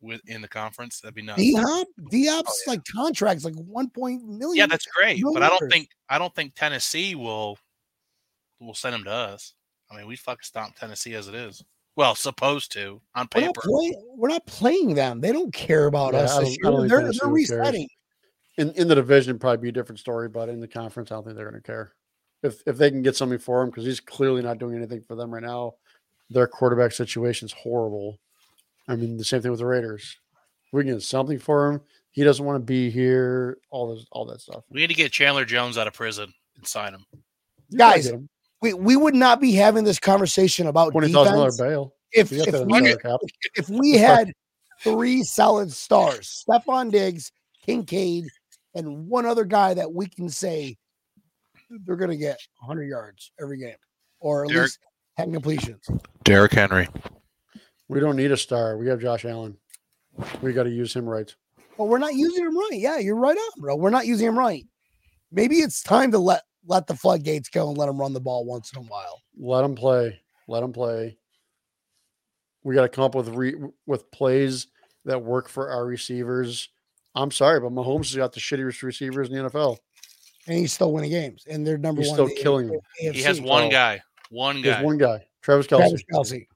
S6: with in the conference, that'd be nuts.
S4: D Hop, D Hop's like contracts like one point million.
S6: Oh, Yeah, that's great.
S4: No
S6: but I don't
S4: numbers.
S6: think I don't think Tennessee will will send him to us. I mean, we fucking stomp Tennessee as it is. Well, supposed to on
S4: We're not,
S6: paper.
S4: play, we're not playing them. They don't care about
S5: Yeah,
S4: us.
S5: I
S4: this
S5: don't- I
S4: year.
S5: don't think
S4: They're,
S5: Tennessee
S4: they're
S5: really cares.
S4: resetting.
S5: In, in the division, it'd probably be a different story, but in the conference, I don't think they're going to care. If, if they can get something for him, because he's clearly not doing anything for them right now, their quarterback situation's horrible. I mean, the same thing with the Raiders. We can get something for him. He doesn't want to be here. All this, all that stuff.
S6: We need to get Chandler Jones out of prison and sign him.
S5: You gotta
S4: Guys,
S5: get him.
S4: We, we would not be having this conversation about
S5: twenty thousand dollar
S4: defense
S5: bail.
S4: if,
S5: We got
S4: if
S5: that in
S4: we,
S5: the cap.
S4: if we had three solid stars, Stefan Diggs, Kincaid, and one other guy that we can say they're going to get 100 yards every game or at
S6: Derek-
S4: least 10 completions.
S6: Derrick Henry.
S5: We don't need a star. We have Josh Allen. We got to use him right.
S4: But we're not using him right. Yeah, you're right on, bro. We're not using him right. Maybe it's time to let let the floodgates go and let him run the ball once in a while.
S5: Let him play. Let him play. We got to come up with re- with plays that work for our receivers. I'm sorry, but Mahomes has got the shittiest receivers in the NFL.
S4: and he's still winning games, and they're number
S5: He's
S4: one.
S5: still
S4: in the
S5: killing them.
S4: AFC.
S6: He has one
S5: so-
S6: guy. One guy.
S5: There's one guy, Travis Kelsey.
S4: Travis Kelsey,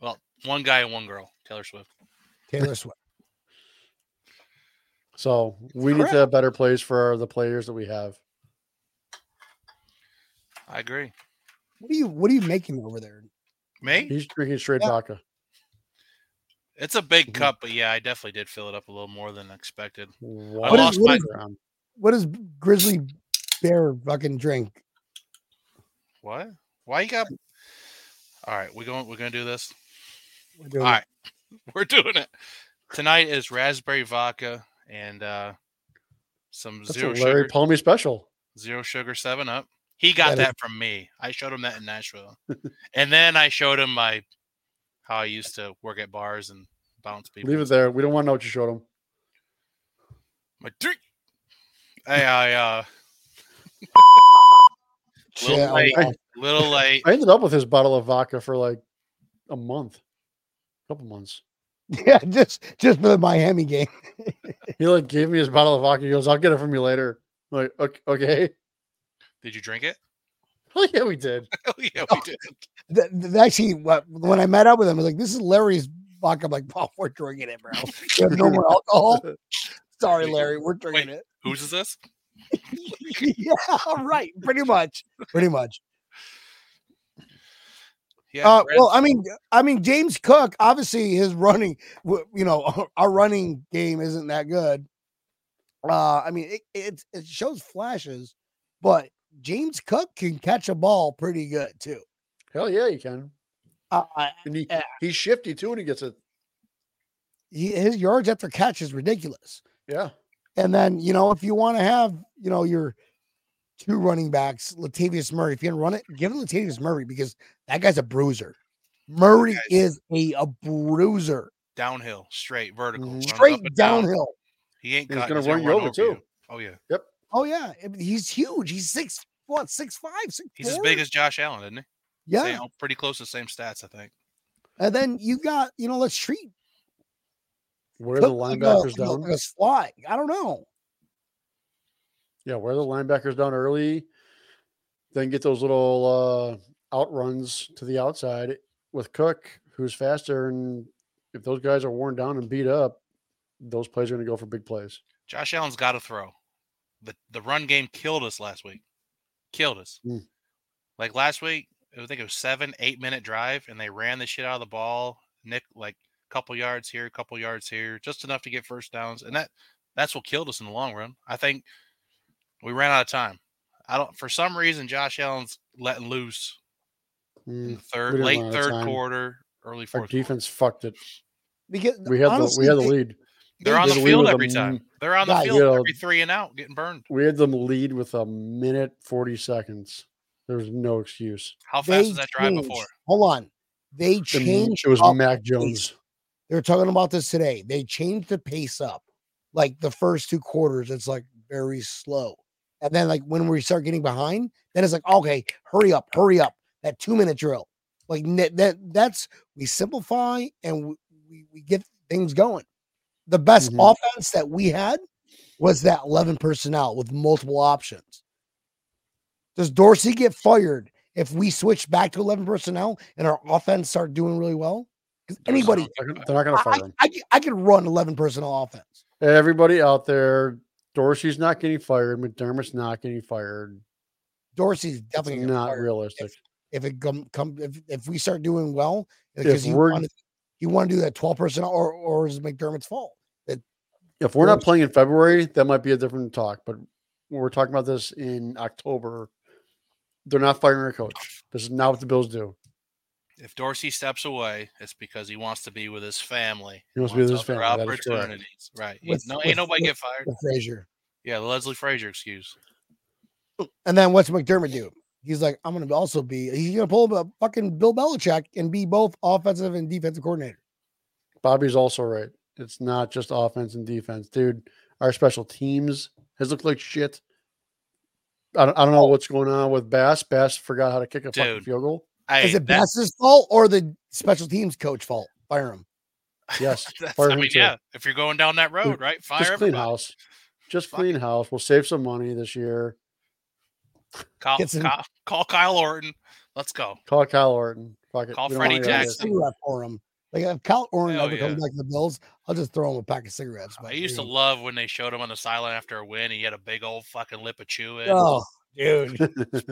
S6: Well, one guy and one girl. Taylor Swift.
S5: [laughs]
S4: Taylor Swift.
S5: So we need
S4: Correct.
S5: to have better plays for the players that we have.
S6: I agree.
S4: What are you What are you making over there?
S6: Me?
S5: He's drinking straight
S4: Yeah.
S5: vodka.
S6: It's a
S5: Mhm.
S6: big cup, but yeah, I definitely did fill it up a little more than expected.
S5: Wow.
S6: lost
S4: my- What does Grizzly Bear fucking drink?
S6: What? Why you got? All right, we're going. We're going to do this. [laughs]
S4: We're doing-
S6: All right. We're doing it. Tonight is raspberry vodka and uh some
S5: That's a
S6: zero
S5: Larry
S6: sugar
S5: Palmy special.
S6: zero sugar seven up. He got
S4: That is-
S6: that from me. I showed him that in Nashville. and then I showed him my how I used to work at bars and bounce people.
S5: Leave it there. We don't want to know what you showed him.
S6: My drink. Hey, I uh Lil
S4: Yeah,
S6: Wayne.
S4: well,
S6: little late.
S5: I ended up with his bottle of vodka for like a month, a couple months.
S4: [laughs] yeah, just just for the Miami game. [laughs]
S5: He like gave me his bottle of vodka. He goes, "I'll get it from you later." I'm like, okay, okay. [laughs]
S6: Did you drink it? [laughs]
S5: Oh yeah, we did.
S6: Hell yeah, we did.
S4: Th- th- actually, what, when I met up with him, I was like, "This is Larry's vodka." I'm like, "Paul, we're drinking it, bro. You have no more
S5: [laughs]
S4: alcohol." Sorry, Larry, we're drinking it. [laughs]
S6: Whose is this?
S4: yeah, right. Pretty much. Pretty much.
S6: Yeah.
S4: Uh,
S6: Red-
S4: well, I mean, I mean, James Cook. Obviously, his running, w- you know, [laughs] our running game isn't that good. Uh, I mean, it, it it shows flashes, but James Cook can catch a ball pretty good too.
S5: Hell yeah, you can.
S4: Uh, I-
S5: And he,
S4: Yeah.
S5: he's shifty too when he gets it.
S4: he, his yards after catch is ridiculous.
S5: Yeah,
S4: And then you know, if you want to have you know your two running backs, Latavius Murray. If you can run it, give it to Latavius Murray because that guy's a bruiser. Murray
S6: Guys.
S4: is a, a bruiser,
S6: downhill, straight, vertical.
S5: Mhm.
S6: runs up
S4: straight
S6: and down.
S4: downhill.
S6: He ain't
S5: He's
S6: cutting.
S5: gonna
S6: He's gonna
S5: run you over, too.
S6: Oh yeah.
S4: Oh yeah, I mean, he's huge. He's six what six five, six.
S6: He's as big as Josh Allen, isn't he?
S4: yeah.
S6: Same- pretty close to the same stats, I think.
S4: And then you got you know let's treat
S5: where the
S4: Cook like a-
S5: linebackers
S4: like a-
S5: down.
S4: like a fly. I don't know.
S5: Yeah, wear the linebackers down early, then get those little uh, outruns to the outside with Cook, who's faster. And if those guys are worn down and beat up, those plays are going to go for big plays.
S6: Josh Allen's got to throw. The the run game killed us last week. Killed us.
S5: Mm.
S6: Like last week, I think it was seven, eight minute drive, and they ran the shit out of the ball. Nick like a couple yards here, a couple yards here, just enough to get first downs, and that that's what killed us in the long run. I think we ran out of time. I don't for some reason Josh Allen's letting loose in
S5: Mm.
S6: the third,
S5: we didn't run
S6: late
S5: out of
S6: third
S5: time.
S6: quarter, early
S5: Our
S6: fourth. quarter.
S5: defense fucked it.
S4: Because
S5: We had
S4: honestly,
S5: the we had
S4: they-
S5: the lead.
S6: They're on the
S5: Just leave
S6: field
S5: with a
S6: every time.
S5: m-
S6: They're on the
S4: guy,
S6: field
S5: you know.
S6: every three and out, getting burned.
S5: We had them lead with a minute forty seconds. There was no excuse.
S6: How fast
S4: they
S6: was that drive
S4: changed-
S6: before?
S4: Hold on. They
S5: The m-
S4: changed
S5: it was
S4: up
S5: Mac Jones.
S4: They were talking about this today. They changed the pace up. Like the first two quarters, it's like very slow. And then like when we start getting behind, then it's like, okay, hurry up, hurry up. That two minute drill. Like ne- that that's we simplify and we, we, we get things going. The best
S5: Mhm.
S4: offense that we had was that 11 personnel with multiple options. Does Dorsey get fired if we switch back to 11 personnel and our offense start doing really well? Because anybody
S5: They're not- they're not going to
S4: I,
S5: fire him.
S4: I, I, I could run 11 personnel offense.
S5: Everybody out there, Dorsey's not getting fired. McDermott's not getting fired.
S4: Dorsey's
S5: That's
S4: definitely gonna
S5: not
S4: fire
S5: realistic.
S4: If it come, come if, if we start doing well, because
S5: If
S4: he
S5: we're-
S4: wanted, he want to do that 12 personnel, or or is it McDermott's fault?
S5: If we're not
S4: Dorsey-
S5: playing in February, that might be a different talk. But we're talking about this in October. They're not firing a coach. This is not what the Bills do.
S6: If Dorsey steps away, it's because he wants to be with his family.
S5: He wants to be with his
S6: other
S5: family, that is correct.
S6: opportunities. Right. He-
S4: With-
S6: no,
S4: with-
S6: ain't nobody
S4: with-
S6: get fired.
S4: with Frazier.
S6: Yeah, the Leslie Frazier excuse.
S4: And then what's McDermott do? He's like, I'm gonna also be. He's gonna pull up a fucking Bill Belichick and be both offensive and defensive coordinator.
S5: Bobby's also right. It's not just offense and defense, dude. Our special teams has looked like shit. I don't, I don't know what's going on with Bass. Bass forgot how to kick a fucking
S6: Oh. Dude.
S5: field goal.
S6: Hey,
S4: is it
S6: that-
S4: Bass's fault or the special teams coach fault? Fire him.
S5: Yes,
S6: That's,
S5: fire
S6: I
S5: him
S6: mean,
S5: too.
S6: yeah. If you're going down that road, right? [laughs] Fire
S5: just clean
S6: everybody.
S5: house. Just
S6: Fuck
S5: clean house. We'll save some money this year.
S6: Call,
S4: Get some-
S6: call, call Kyle Orton. Let's go.
S5: Call Kyle Orton. Fuck it.
S6: Call
S5: We don't
S6: Freddie
S5: want any of this.
S6: Jackson.
S4: Cigarette for him. Like if Cal Oren
S6: Hell
S4: ever
S6: yeah.
S4: comes back to the Bills, I'll just throw him a pack of cigarettes.
S6: I
S4: but,
S6: used to
S4: you know.
S6: love when they showed him on the sideline after a win. He had a big old fucking lip of chewing,
S4: Oh, dude.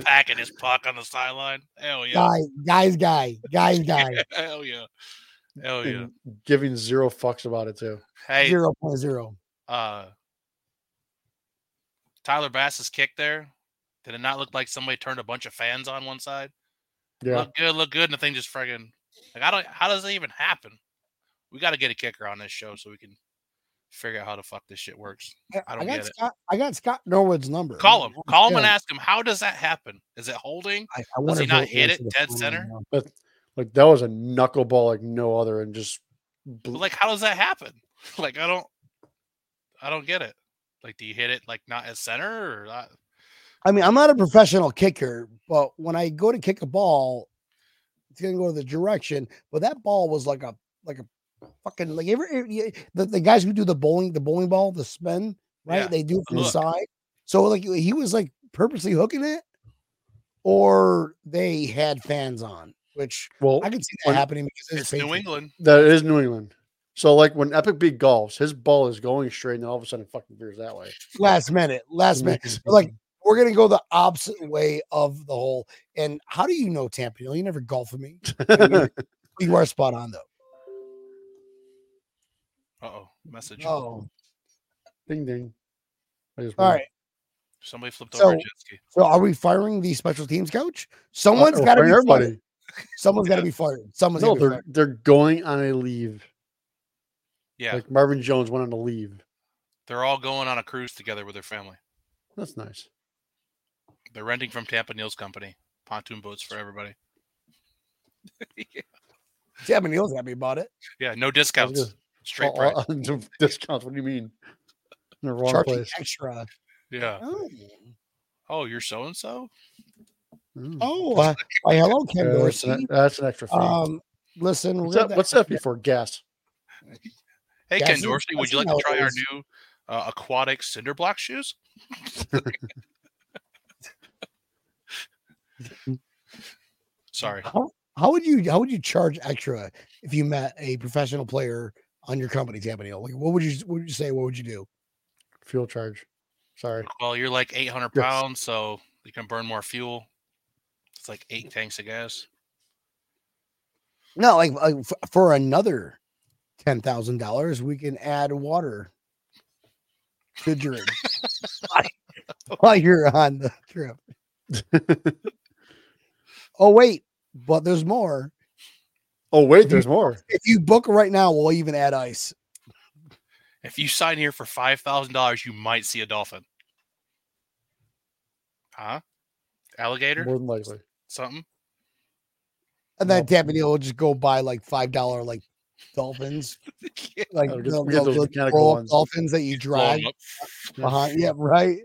S6: packing his puck on the sideline. Hell yeah.
S4: guy, guy's guy, guy's guy,
S6: [laughs] Hell yeah. Hell yeah.
S5: And [laughs] Giving zero fucks about it too.
S6: Hey,
S4: zero point zero.
S6: uh Tyler Bass's kick there. Did it not look like somebody turned a bunch of fans on one side?
S5: Yeah.
S6: Look good, look good, and the thing just friggin' like I don't how does it even happen? We gotta get a kicker on this show so we can figure out how the fuck this shit works.
S4: I,
S6: I don't
S4: got
S6: get it.
S4: Scott. I got Scott Norwood's number.
S6: Call him. Call him and
S4: Yeah.
S6: ask him, how does that happen? Is it holding?
S4: I, I wonder
S6: he
S4: if
S6: not
S4: he'll
S6: hit it
S4: answer the
S6: dead
S4: phone
S6: center?
S4: right now.
S5: But like that was a knuckleball like no other and just bl-
S6: But like how does that happen? [laughs] Like I don't I don't get it. Like do you hit it like not at center or not?
S4: I mean, I'm not a professional kicker, but when I go to kick a ball, it's gonna go the direction. But that ball was like a like a fucking like ever the, the guys who do the bowling the bowling ball the spin right
S6: Yeah,
S4: they do it from
S6: hook.
S4: the side. So like he was like purposely hooking it, or they had fans on, which
S5: well
S4: I can see that
S5: when-
S4: happening because
S6: It's
S4: it's
S6: New
S4: Patriots.
S6: England.
S5: that is New England. So like when Epic beat golfs, his ball is going straight and then all of a sudden it fucking veers that way.
S4: last minute,
S5: Mm-hmm.
S4: last minute. like- We're gonna go the opposite way of the whole. And how do you know Tampa? You never golf with me.
S5: [laughs]
S4: You are spot on though.
S6: Uh oh. Message.
S4: Oh,
S5: ding ding. I just
S4: all
S5: won.
S4: right.
S6: Somebody flipped over a
S4: So-
S6: jet ski.
S4: So are we firing the special teams coach?
S5: Uh,
S4: Someone's
S5: we're
S4: got to
S5: firing
S4: be fired.
S5: everybody.
S4: Someone's got to
S5: [laughs]
S4: be fired. Someone's got
S5: No,
S4: to be
S5: they're
S4: fired.
S5: they're going on a leave.
S6: Yeah.
S5: Like Marvin Jones went on a leave.
S6: They're all going on a cruise together with their family.
S5: That's nice.
S6: They're renting from Tampa Neal's company. Pontoon boats for everybody.
S4: Tampa Neal's happy about it.
S6: Yeah, no
S5: That's
S6: discounts.
S5: good. uh,
S6: Straight
S5: All- [laughs]
S6: price.
S5: all- Oh, discounts. What do you mean? In the wrong
S4: Charging
S5: place.
S4: extra.
S6: Yeah.
S4: Oh,
S6: Oh, you're so and so?
S5: Mm.
S4: oh uh, why, hello, Ken
S5: Yeah, that's, an,
S4: Dorsey.
S5: that's an extra fee.
S4: Um, listen, we're
S5: what's,
S4: gonna-
S5: that, what's that before gas?
S6: Hey,
S4: That's
S6: Ken
S4: it.
S6: Dorsey, would
S4: That's
S6: you like
S4: how
S6: to
S4: it
S6: try our
S4: is.
S6: new uh, aquatic cinder block shoes? [laughs]
S4: [laughs]
S6: Sorry.
S4: How, how would you how would you charge extra if you met a professional player on your company, Tampa Neal? Like, what would you what would you say? What would you do?
S5: fuel charge. Sorry.
S6: Well, you're like 800
S5: Yes.
S6: pounds, so you can burn more fuel. It's like eight tanks of gas.
S4: No, like, like f- for another ten thousand dollars, we can add water to drink while you're on the [laughs] trip. oh wait, but there's more.
S5: Oh wait, there's more.
S4: If you book right now, we'll even add ice.
S6: If you sign here for five thousand dollars, you might see a dolphin. Huh? Alligator?
S5: More than likely.
S6: Something? [laughs]
S4: And then Tappany will just go buy like five dollar like dolphins,
S6: Yeah,
S4: like
S5: Oh, just
S4: the,
S5: get
S4: the,
S5: those
S4: the
S5: mechanical
S4: roll-up
S5: ones.
S4: dolphins that you
S6: blow 'em
S4: drive
S6: up.
S4: behind. Yeah, right.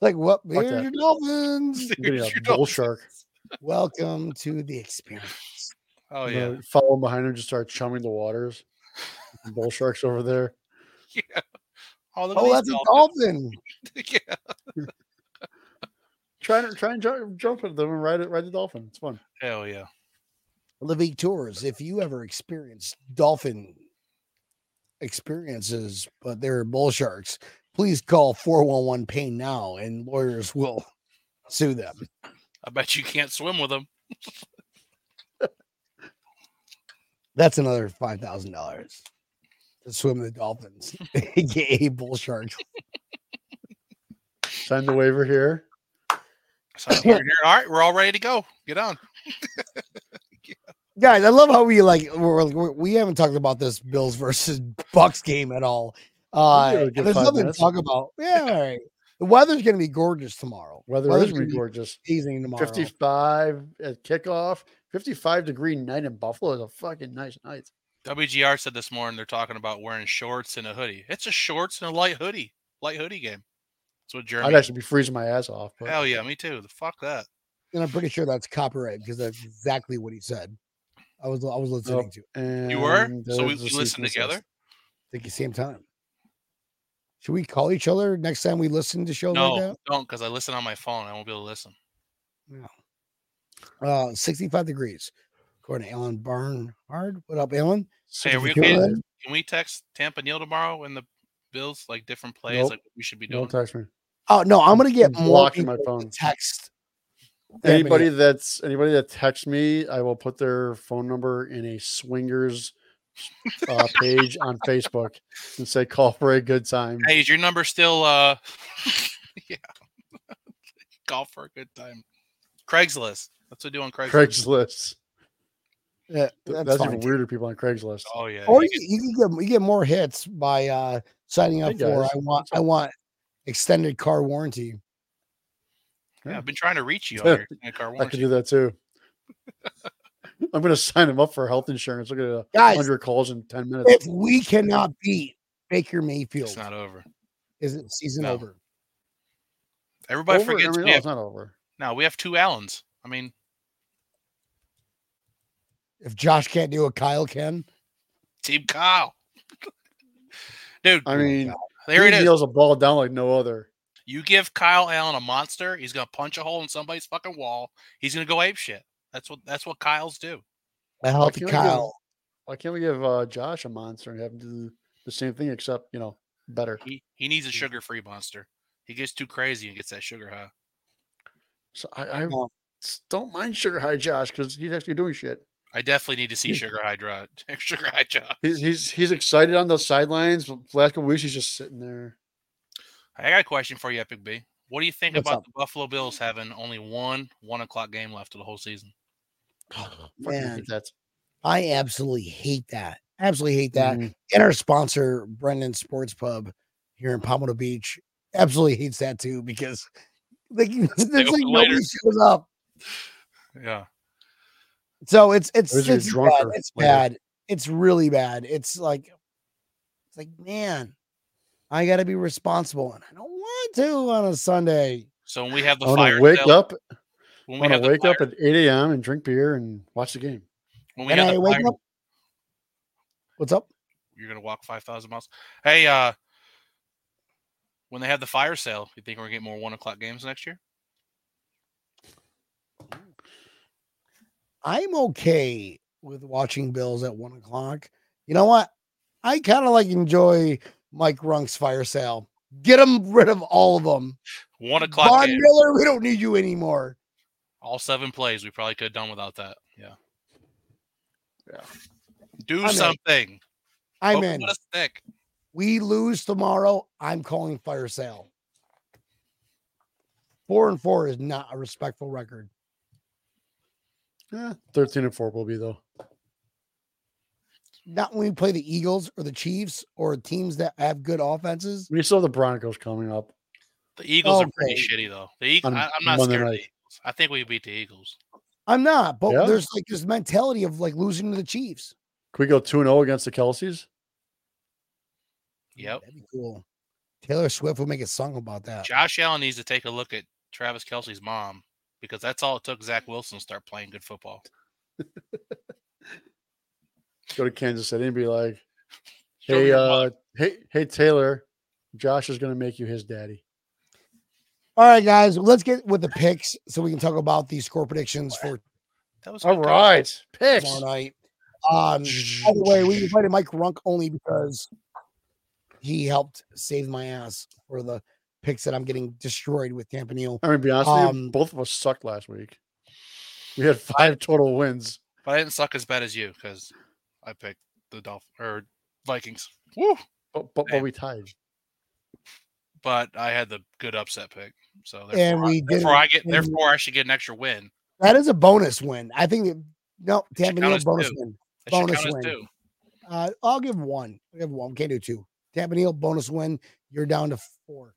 S4: Like what?
S5: Fuck
S4: Here's
S5: that.
S4: your
S5: [laughs]
S4: dolphins.
S5: I'm getting
S6: [laughs] There's
S5: a
S6: your
S5: bull
S6: dolphin.
S5: shark.
S4: Welcome to the experience.
S6: Oh
S5: I'm
S6: yeah.
S5: gonna Follow him behind him, just start chumming the waters. bull sharks over there.
S6: yeah. Oh, look at
S4: Oh,
S6: these
S4: that's a
S6: dolphins.
S4: dolphin.
S6: yeah.
S5: Try and try and jump, jump at them and ride it, ride the dolphin. It's fun.
S6: [laughs] Hell yeah.
S4: Livik Tours, if you ever experienced dolphin experiences, but they're bull sharks, please call 411 Pain now and lawyers will [laughs] sue them.
S6: I bet you can't
S4: [laughs]
S6: swim with them.
S4: That's another $5,000 to swim the dolphins, [laughs] aka bull sharks.
S5: Sign the waiver here.
S6: So here, here, all right, we're all ready to go. Get on.
S4: Guys, I love how we like, we're, we're, we haven't talked about this Bills versus Bucks game at all.
S5: give
S4: Uh,
S5: it a good
S4: there's
S5: five
S4: nothing
S5: minutes.
S4: to talk about. Yeah, all right. The weather's going to be gorgeous tomorrow.
S5: Weather
S4: Weather's
S5: is gonna be
S4: gonna
S5: gorgeous.
S4: Teasing tomorrow.
S5: 55 at kickoff. 55 degree night in Buffalo is a fucking nice night.
S6: WGR said this morning they're talking about wearing shorts and a hoodie. It's a shorts and a light hoodie. Light hoodie game. That's what Jeremy.
S5: I'd actually be freezing my ass off. But
S6: Hell yeah, me too. The fuck that.
S4: and I'm pretty sure that's copyright because that's exactly what he said. I was I was listening to it
S6: You were?
S5: And
S6: So we,
S5: there's
S6: we
S5: the
S6: listened
S5: season
S6: together?
S5: says-
S4: at the same time. Should we call each other next time we listen to shows
S6: No,
S4: like
S6: don't, because I listen on my phone. I won't be able to listen.
S4: that? Uh, 65 degrees, according to Alan Barnhard. What up, Alan?
S6: Hey, are we
S4: Feel
S6: okay?
S4: that?
S6: Can we text Tampa Neil tomorrow and the Bills like different plays
S5: Nope.
S6: like we should be doing?
S5: Don't text me.
S4: Oh no, I'm gonna get more
S5: Blocking my
S4: people to
S5: phone.
S4: text. than I'm gonna
S5: Anybody
S4: get-
S5: that's anybody that texts me, I will put their phone number in a swingers uh, page on
S6: [laughs]
S5: Facebook and say call for a good time.
S6: Hey, is your number still uh [laughs] yeah. [laughs] Golf for a good time. Craigslist. That's what we do on Craigslist.
S5: Craigslist.
S4: yeah,
S5: Th-
S4: Eh, that's,
S5: That's,
S4: fine.
S5: even weirder people on Craigslist.
S6: Oh yeah.
S4: Or
S6: you
S4: you, you can get you get more hits by uh signing up
S5: Hey,
S4: for
S5: guys,
S4: I want I want extended car warranty.
S6: can- yeah, I've been trying to reach you on your extended car
S5: I could
S6: warranty.
S5: do that too. [laughs] I'm gonna sign him up for health insurance. Look at a
S4: Guys,
S5: hundred calls in ten minutes.
S4: if we cannot beat Baker Mayfield,
S6: It's not over.
S4: is it season
S6: No.
S4: over?
S6: Everybody
S5: Over and
S6: forgets
S5: everything-
S6: we
S5: no,
S6: have,
S5: oh, it's not over.
S6: no, we have two Allens. I mean,
S4: If Josh can't do it, Kyle can.
S6: Team Kyle. [laughs] Dude,
S5: I mean,
S6: Oh, there
S5: he
S6: it is.
S5: deals a ball down like no other.
S6: You give Kyle Allen a monster, he's gonna punch a hole in somebody's fucking wall. He's gonna go ape shit. That's what that's what Kyle's do.
S4: A healthy
S5: can't we give-
S4: Kyle.
S5: Why can't we give uh, Josh a monster and have him do the same thing except you know better?
S6: He he needs a sugar free monster. He gets too crazy and gets that sugar high.
S5: So I, I
S4: No.
S5: s- don't mind Sugar High Josh because he's actually doing shit.
S6: I definitely need to see
S5: Yeah.
S6: Sugar High Dry, [laughs] Sugar High Job.
S5: He's he's he's excited on the sidelines. but Last couple weeks he's just sitting there.
S6: I got a question for you, Epic B. What do you think
S4: What's
S6: about
S4: up?
S6: the Buffalo Bills having only one one o'clock game left of the whole season?
S5: Oh, Fucking hate
S4: Man.
S5: that.
S4: I absolutely hate that. Absolutely hate that.
S5: Mhm.
S4: And our sponsor, Brendan Sports Pub here in Pomona Beach, absolutely hates that too because like, [laughs] it's like
S6: open
S4: nobody
S6: later.
S4: shows up.
S6: Yeah,
S4: So it's it's
S5: Those are
S4: it's
S5: drunker
S4: bad. It's
S5: later.
S4: bad. It's really bad. It's like it's like man, I got to be responsible, and I don't want to on a Sunday.
S6: So when we have the
S5: I want
S6: fire
S5: to wake
S6: sale,
S5: up.
S6: when
S5: I
S6: we
S5: want
S6: have
S5: to
S6: the
S5: wake
S6: fire,
S5: up at eight a.m. and drink beer and watch the game.
S6: when we
S4: and
S6: have
S4: I
S6: the
S4: wake
S6: fire,
S4: up. What's up?
S6: you're gonna walk five thousand miles. Hey, uh, when they have the fire sale, you think we're gonna get more one o'clock games next year?
S4: I'm okay with watching Bills at one o'clock. You know what? I kind of like enjoy Mike Runk's fire sale. Get them rid of all of them.
S6: One o'clock.
S4: Von
S6: game.
S4: Miller, we don't need you anymore.
S6: All seven plays. We probably could have done without that. Yeah.
S5: Yeah.
S6: Do
S4: I'm in.
S6: something.
S4: I'm
S6: Hope
S4: in.
S6: Let us stick.
S4: We lose tomorrow. I'm calling fire sale. Four and four is not a respectful record.
S5: Yeah, 13 Eh, and 4 will be, though.
S4: Not when we play the Eagles or the Chiefs or teams that have good offenses.
S5: We still have the Broncos coming up.
S6: The Eagles are pretty
S4: Okay.
S6: shitty though. The Eagles.
S5: On
S6: I, I'm not
S5: Monday
S6: scared of the
S5: night.
S6: Eagles. I think we beat the Eagles.
S4: I'm not, but
S5: Yeah.
S4: there's like this mentality of like losing to the Chiefs.
S5: Can we go 2 0 against the Kelseys?
S6: Yep.
S4: That'd be cool. Taylor Swift would make a song about that.
S6: Josh Allen needs to take a look at Travis Kelsey's mom because that's all it took Zach Wilson to start playing good football.
S5: Go to Kansas City and be like,
S6: Show
S5: hey,
S6: your mom.
S5: uh, hey, hey, Taylor, Josh is going to make you his daddy.
S4: All right, guys, let's get with the picks so we can talk about the score predictions for
S6: that was
S5: All
S6: good, though.
S5: right. Picks.
S4: tomorrow night. Um, by the way, we invited Mike Runk only because he helped save my ass for the picks that I'm getting destroyed with Campanile.
S5: i mean, be honest with
S4: Um,
S5: you, both of us sucked last week. We had five total wins.
S6: But I didn't suck as bad as you because I picked the Dolphins or Vikings. Woo!
S5: But, but, but we tied.
S6: But I had the good upset pick, so therefore,
S4: And
S6: I,
S4: we did
S6: therefore I get
S4: and-
S6: therefore I should get an extra win.
S4: That is a bonus win. I think. It, no, Campanile
S6: as
S4: bonus
S6: two.
S4: win.
S6: That should
S4: Bonus
S6: count as
S4: win.
S6: two.
S4: Uh, I'll give one. I'll give one. Can't do two. Campanile bonus win. You're down to four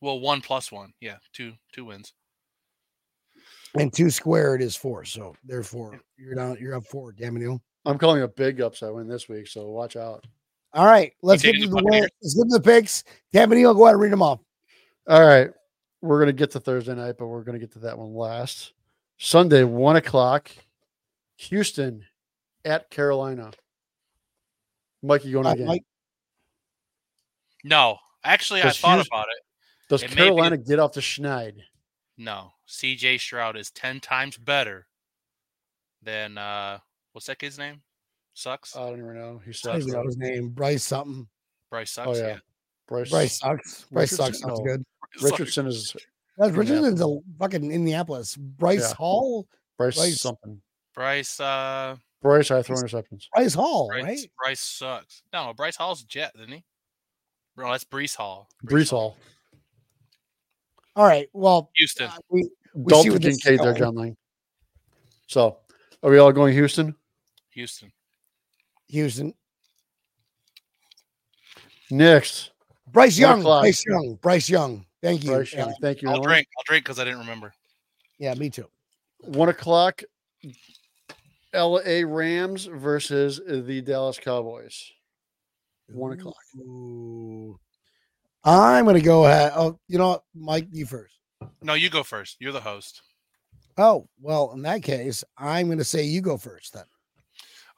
S6: Well, one plus one, yeah, two two wins.
S4: and two squared is four. So therefore, you're down. You're up four. Campanile.
S5: I'm calling a big upset win this week, so watch out.
S4: All right, let's get
S6: taking
S4: to
S6: the
S4: the
S6: Buccaneers?
S4: win. Let's get to the picks. Campanile, go ahead and read them off.
S5: All right. We're going to get to Thursday night, but we're going to get to that one last. Sunday, one o'clock, Houston at Carolina. Mikey going
S4: Uh,
S5: again.
S4: Mike,
S6: No, actually, I
S5: Does
S6: thought
S5: Hughes-
S6: about it.
S5: Does
S6: it may be the-
S5: Carolina get off the schneid?
S6: No, C.J. Stroud is ten times better than uh, what's that kid's name? Sucks.
S5: I don't even know. He
S4: I don't
S5: sucks.
S4: even know his name. Bryce something.
S6: Bryce sucks.
S5: Oh yeah.
S6: yeah.
S5: Bryce,
S4: Bryce sucks. Bryce
S5: Richardson?
S4: sucks. Sounds
S5: No.
S4: good.
S6: It's like-
S5: Richardson is
S4: That's Richardson's a fucking Indianapolis. Bryce
S5: Yeah.
S4: Hall.
S5: Bryce,
S4: Bryce.
S5: something.
S6: Bryce. Uh,
S5: Bryce, I throw
S4: Bryce-
S5: interceptions.
S4: Bryce Hall,
S6: Bryce,
S4: right?
S6: Bryce sucks. No, Bryce Hall's a Jet, isn't he? Bro, that's Brees Hall.
S5: Brees Hall.
S4: All right. Well,
S6: Houston.
S4: uh, we see
S5: Don't
S4: where
S5: forget
S4: this is
S5: Kincaid there,
S4: going.
S5: John Lang. So are we all going Houston?
S6: Houston.
S4: Houston.
S5: Next.
S4: Bryce
S5: One
S4: Young.
S5: o'clock.
S4: Bryce Young. Bryce Young. Thank you.
S5: Bryce
S4: Yeah,
S5: Young. Thank you.
S6: I'll
S5: Alan.
S6: drink. I'll drink because I didn't remember.
S4: yeah, me too.
S5: one o'clock LA Rams versus the Dallas Cowboys. One o'clock.
S4: Ooh. I'm gonna go ahead. Oh, you know what, Mike, you first.
S6: No, you go first. You're the host.
S4: Oh, well, in that case, I'm gonna say you go first then.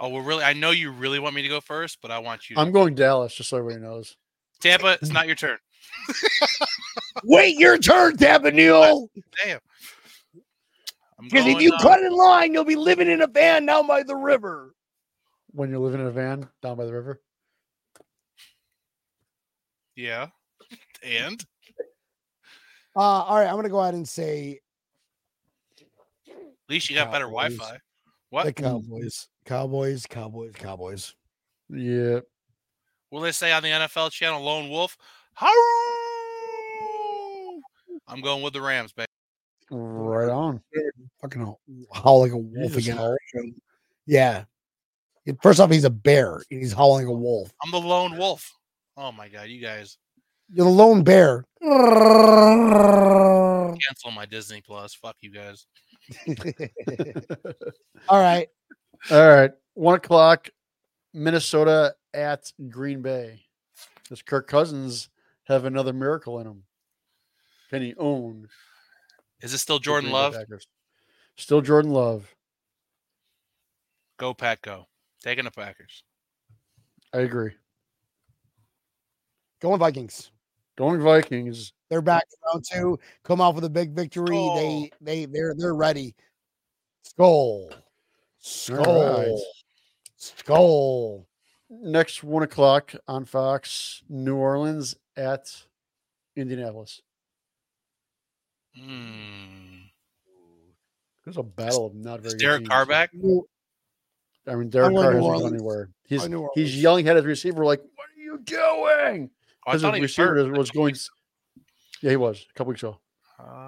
S6: Oh, well, really? I know you really want me to go first, but I want you. To
S5: I'm going Dallas, just so everybody knows.
S6: Tampa. It's not your turn.
S4: Wait your turn, Tabanil.
S6: Damn. I'm
S4: Because if
S6: going,
S4: you
S6: uh,
S4: cut in line, you'll be living in a van down by the river.
S5: When you're living in a van down by the river.
S6: yeah. And
S4: Uh, all right, I'm gonna go ahead and say
S6: at least you got better
S4: Cowboys.
S6: Wi-Fi.
S5: Mm.
S6: What?
S4: the Cowboys, Cowboys, Cowboys, Cowboys.
S5: Yeah.
S6: Will they say on the NFL channel Lone Wolf? How? I'm going with the Rams, baby.
S5: Right on.
S4: Fucking howl, howl like a wolf
S5: Jesus,
S4: again.
S5: Howell.
S4: Yeah. First off, he's a bear and he's howling like a wolf.
S6: I'm the lone wolf. Oh my god, you guys
S4: You're the lone [laughs] bear. all
S6: cancel my Disney Plus. Fuck you guys.
S4: right.
S5: All right. One o'clock, Minnesota at Green Bay. Does Kirk Cousins have another miracle in him? Can he own the
S6: Is it still Jordan
S5: Green Bay
S6: Love?
S5: Packers? Still Jordan Love.
S6: Go Pack, go. Taking the Packers.
S5: I agree.
S4: Going Vikings.
S5: Going Vikings.
S4: They're back in round two. Come off with a big victory. They they they're they're ready. Skull.
S5: All right.
S4: Skull. Skull.
S5: next one o'clock on Fox, New Orleans at Indianapolis.
S6: Mm.
S5: There's a battle of not very
S6: Is
S5: good
S6: Derek
S5: teams.
S6: Carr back?
S5: I mean, Derek
S4: going
S5: Carr
S4: New
S5: hasn't gone
S4: Orleans.
S5: anywhere. He's
S4: New Orleans.
S5: he's yelling at his receiver like, "What are you doing?"
S6: Oh, I
S5: Because
S6: thought
S5: his
S6: he was
S5: receiver
S6: hurt.
S5: was going. Yeah, he was a couple weeks ago.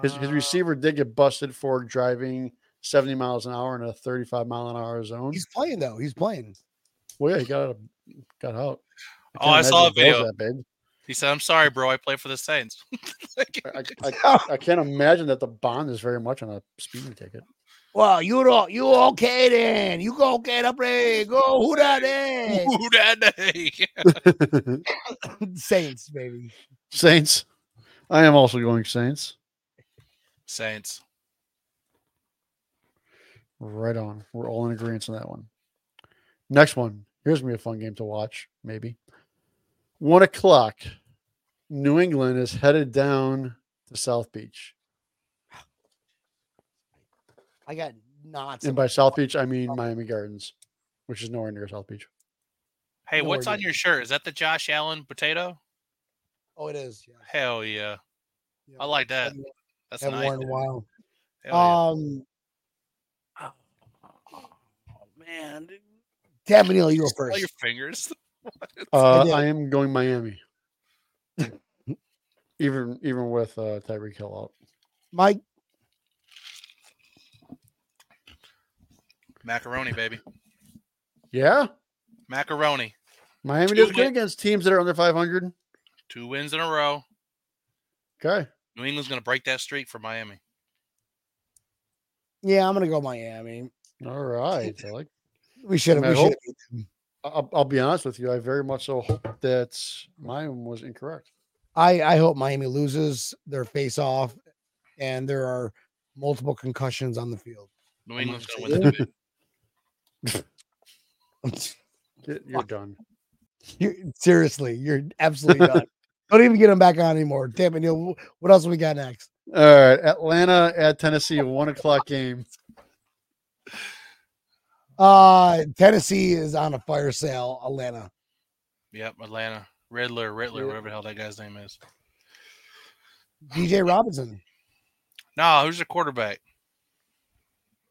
S5: His, his receiver
S6: Ah.
S5: did get busted for driving 70 miles an hour in a 35 mile an hour zone.
S4: He's playing though. He's playing.
S5: Well, yeah, he got out. Got out.
S6: Oh, I
S5: can't
S6: saw a
S5: imagine the
S6: video.
S5: Bills that big.
S6: He said, "I'm sorry, bro. I play for the Saints." [laughs] Like,
S5: I, I, I can't imagine that the bond is very much on a speeding ticket.
S4: [laughs] Well, you don't. You okay then? You go get up there. Go who [laughs] that is?
S6: Who that day? [laughs]
S4: Saints, baby.
S5: Saints. I am also going Saints.
S6: Saints.
S5: Right on. We're all in agreement on that one. Next one. Here's gonna be a fun game to watch, maybe. One o'clock. New England is headed down to South Beach.
S4: I got knots.
S5: And
S4: in
S5: by South Beach, I mean Miami Gardens, which is nowhere near South Beach.
S6: Hey,
S4: No,
S6: what's
S4: we're
S6: on
S4: good.
S6: your shirt? Is that the Josh Allen potato?
S4: Oh, it is. Yeah.
S6: Hell yeah,
S4: yeah.
S6: I like that. That's
S4: Haven't
S6: nice.
S4: worn in a while.
S6: Hell yeah.
S4: Um. Oh, man, Kevin Neal, you go
S6: All your
S4: first.
S6: fingers. [laughs]
S5: Uh,
S4: did.
S5: I am going Miami. even even with uh, Tyreek Hill out.
S4: Mike,
S6: Macaroni, baby.
S5: Yeah,
S6: Macaroni.
S5: Miami
S6: Two
S5: does good
S6: win-
S5: against teams that are under 500.
S6: Two wins in a row.
S5: Okay,
S6: New England's going to break that streak for Miami.
S4: yeah, I'm gonna go Miami.
S5: all right. I like.
S4: We should have.
S5: I
S4: We
S5: hope-
S4: should
S5: I- I'll, I'll be honest with you. I very much so hope that mine was incorrect.
S4: I, I hope Miami loses their face off and there are multiple concussions on the field. [laughs]
S6: New
S4: I'm
S6: England's
S4: gonna
S6: going to win that bid.
S5: Get- You're done.
S4: You- seriously, you're absolutely
S5: [laughs]
S4: done. Don't even get them back on anymore. Damn it, Neil. wh- What else we got next?
S5: All right, Atlanta at Tennessee, a one o'clock game.
S4: Uh Tennessee is on a fire sale, Atlanta.
S6: Yep, Atlanta. Riddler, Riddler,
S5: Yeah.
S6: whatever the hell that guy's name is.
S4: DJ Robinson.
S6: No, who's the quarterback?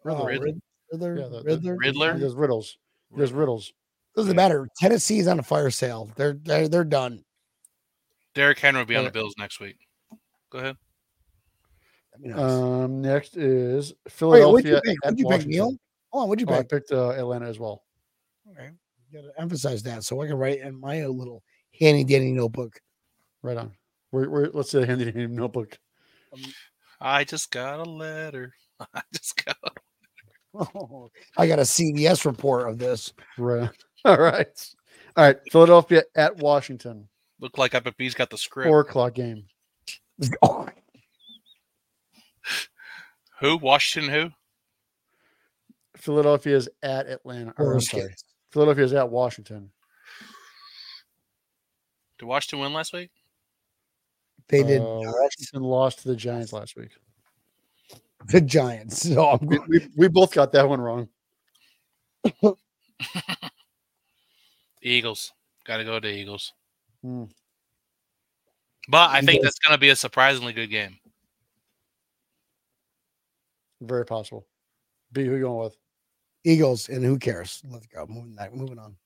S4: Oh,
S5: Riddler.
S4: Rid- Riddler.
S5: Yeah, the- the-
S4: Riddler.
S6: Riddler?
S5: There's riddles. There's riddles.
S4: Doesn't matter. Tennessee is on a fire sale. They're they're they're done.
S6: Derrick Henry will be on the
S5: Derrick.
S6: Bills next week. Go ahead.
S4: That'd be nice.
S5: Um, next is
S4: Wait, what'd
S5: Philadelphia.
S4: you pick?
S5: at
S4: What'd you pick,
S5: Washington.
S4: Neil? Hold on, what'd you
S5: Oh, I
S4: pick?
S5: picked uh, Atlanta as well.
S4: You gotta emphasize that so I can write in my little handy dandy notebook. [laughs]
S5: Right on. We're, we're let's say handy dandy notebook.
S6: I just got a letter. [laughs] I just got.
S4: Oh, I got a CBS report of this. [laughs]
S5: Right. on. [laughs] All right. All right. Philadelphia at Washington,
S6: Look like Epic B's got the script.
S5: four o'clock game.
S4: Oh,
S6: who? Washington? Who?
S5: Philadelphia is at Atlanta. Or, Oh, I'm
S4: Orange
S5: sorry.
S4: kids.
S5: Philadelphia is at Washington.
S6: Did Washington win last week?
S4: They did
S5: Uh, Washington lost to the Giants last week.
S4: [laughs] the Giants. [laughs] So I'm
S5: We,
S4: going-
S5: we, we both got that one wrong.
S6: Eagles. Got to go to Eagles.
S5: Hmm.
S6: But I think
S4: Eagles.
S6: that's going to be a surprisingly good game.
S5: Very possible. B, who you going with?
S4: Eagles, and who cares? Let's go. Moving, that, moving on.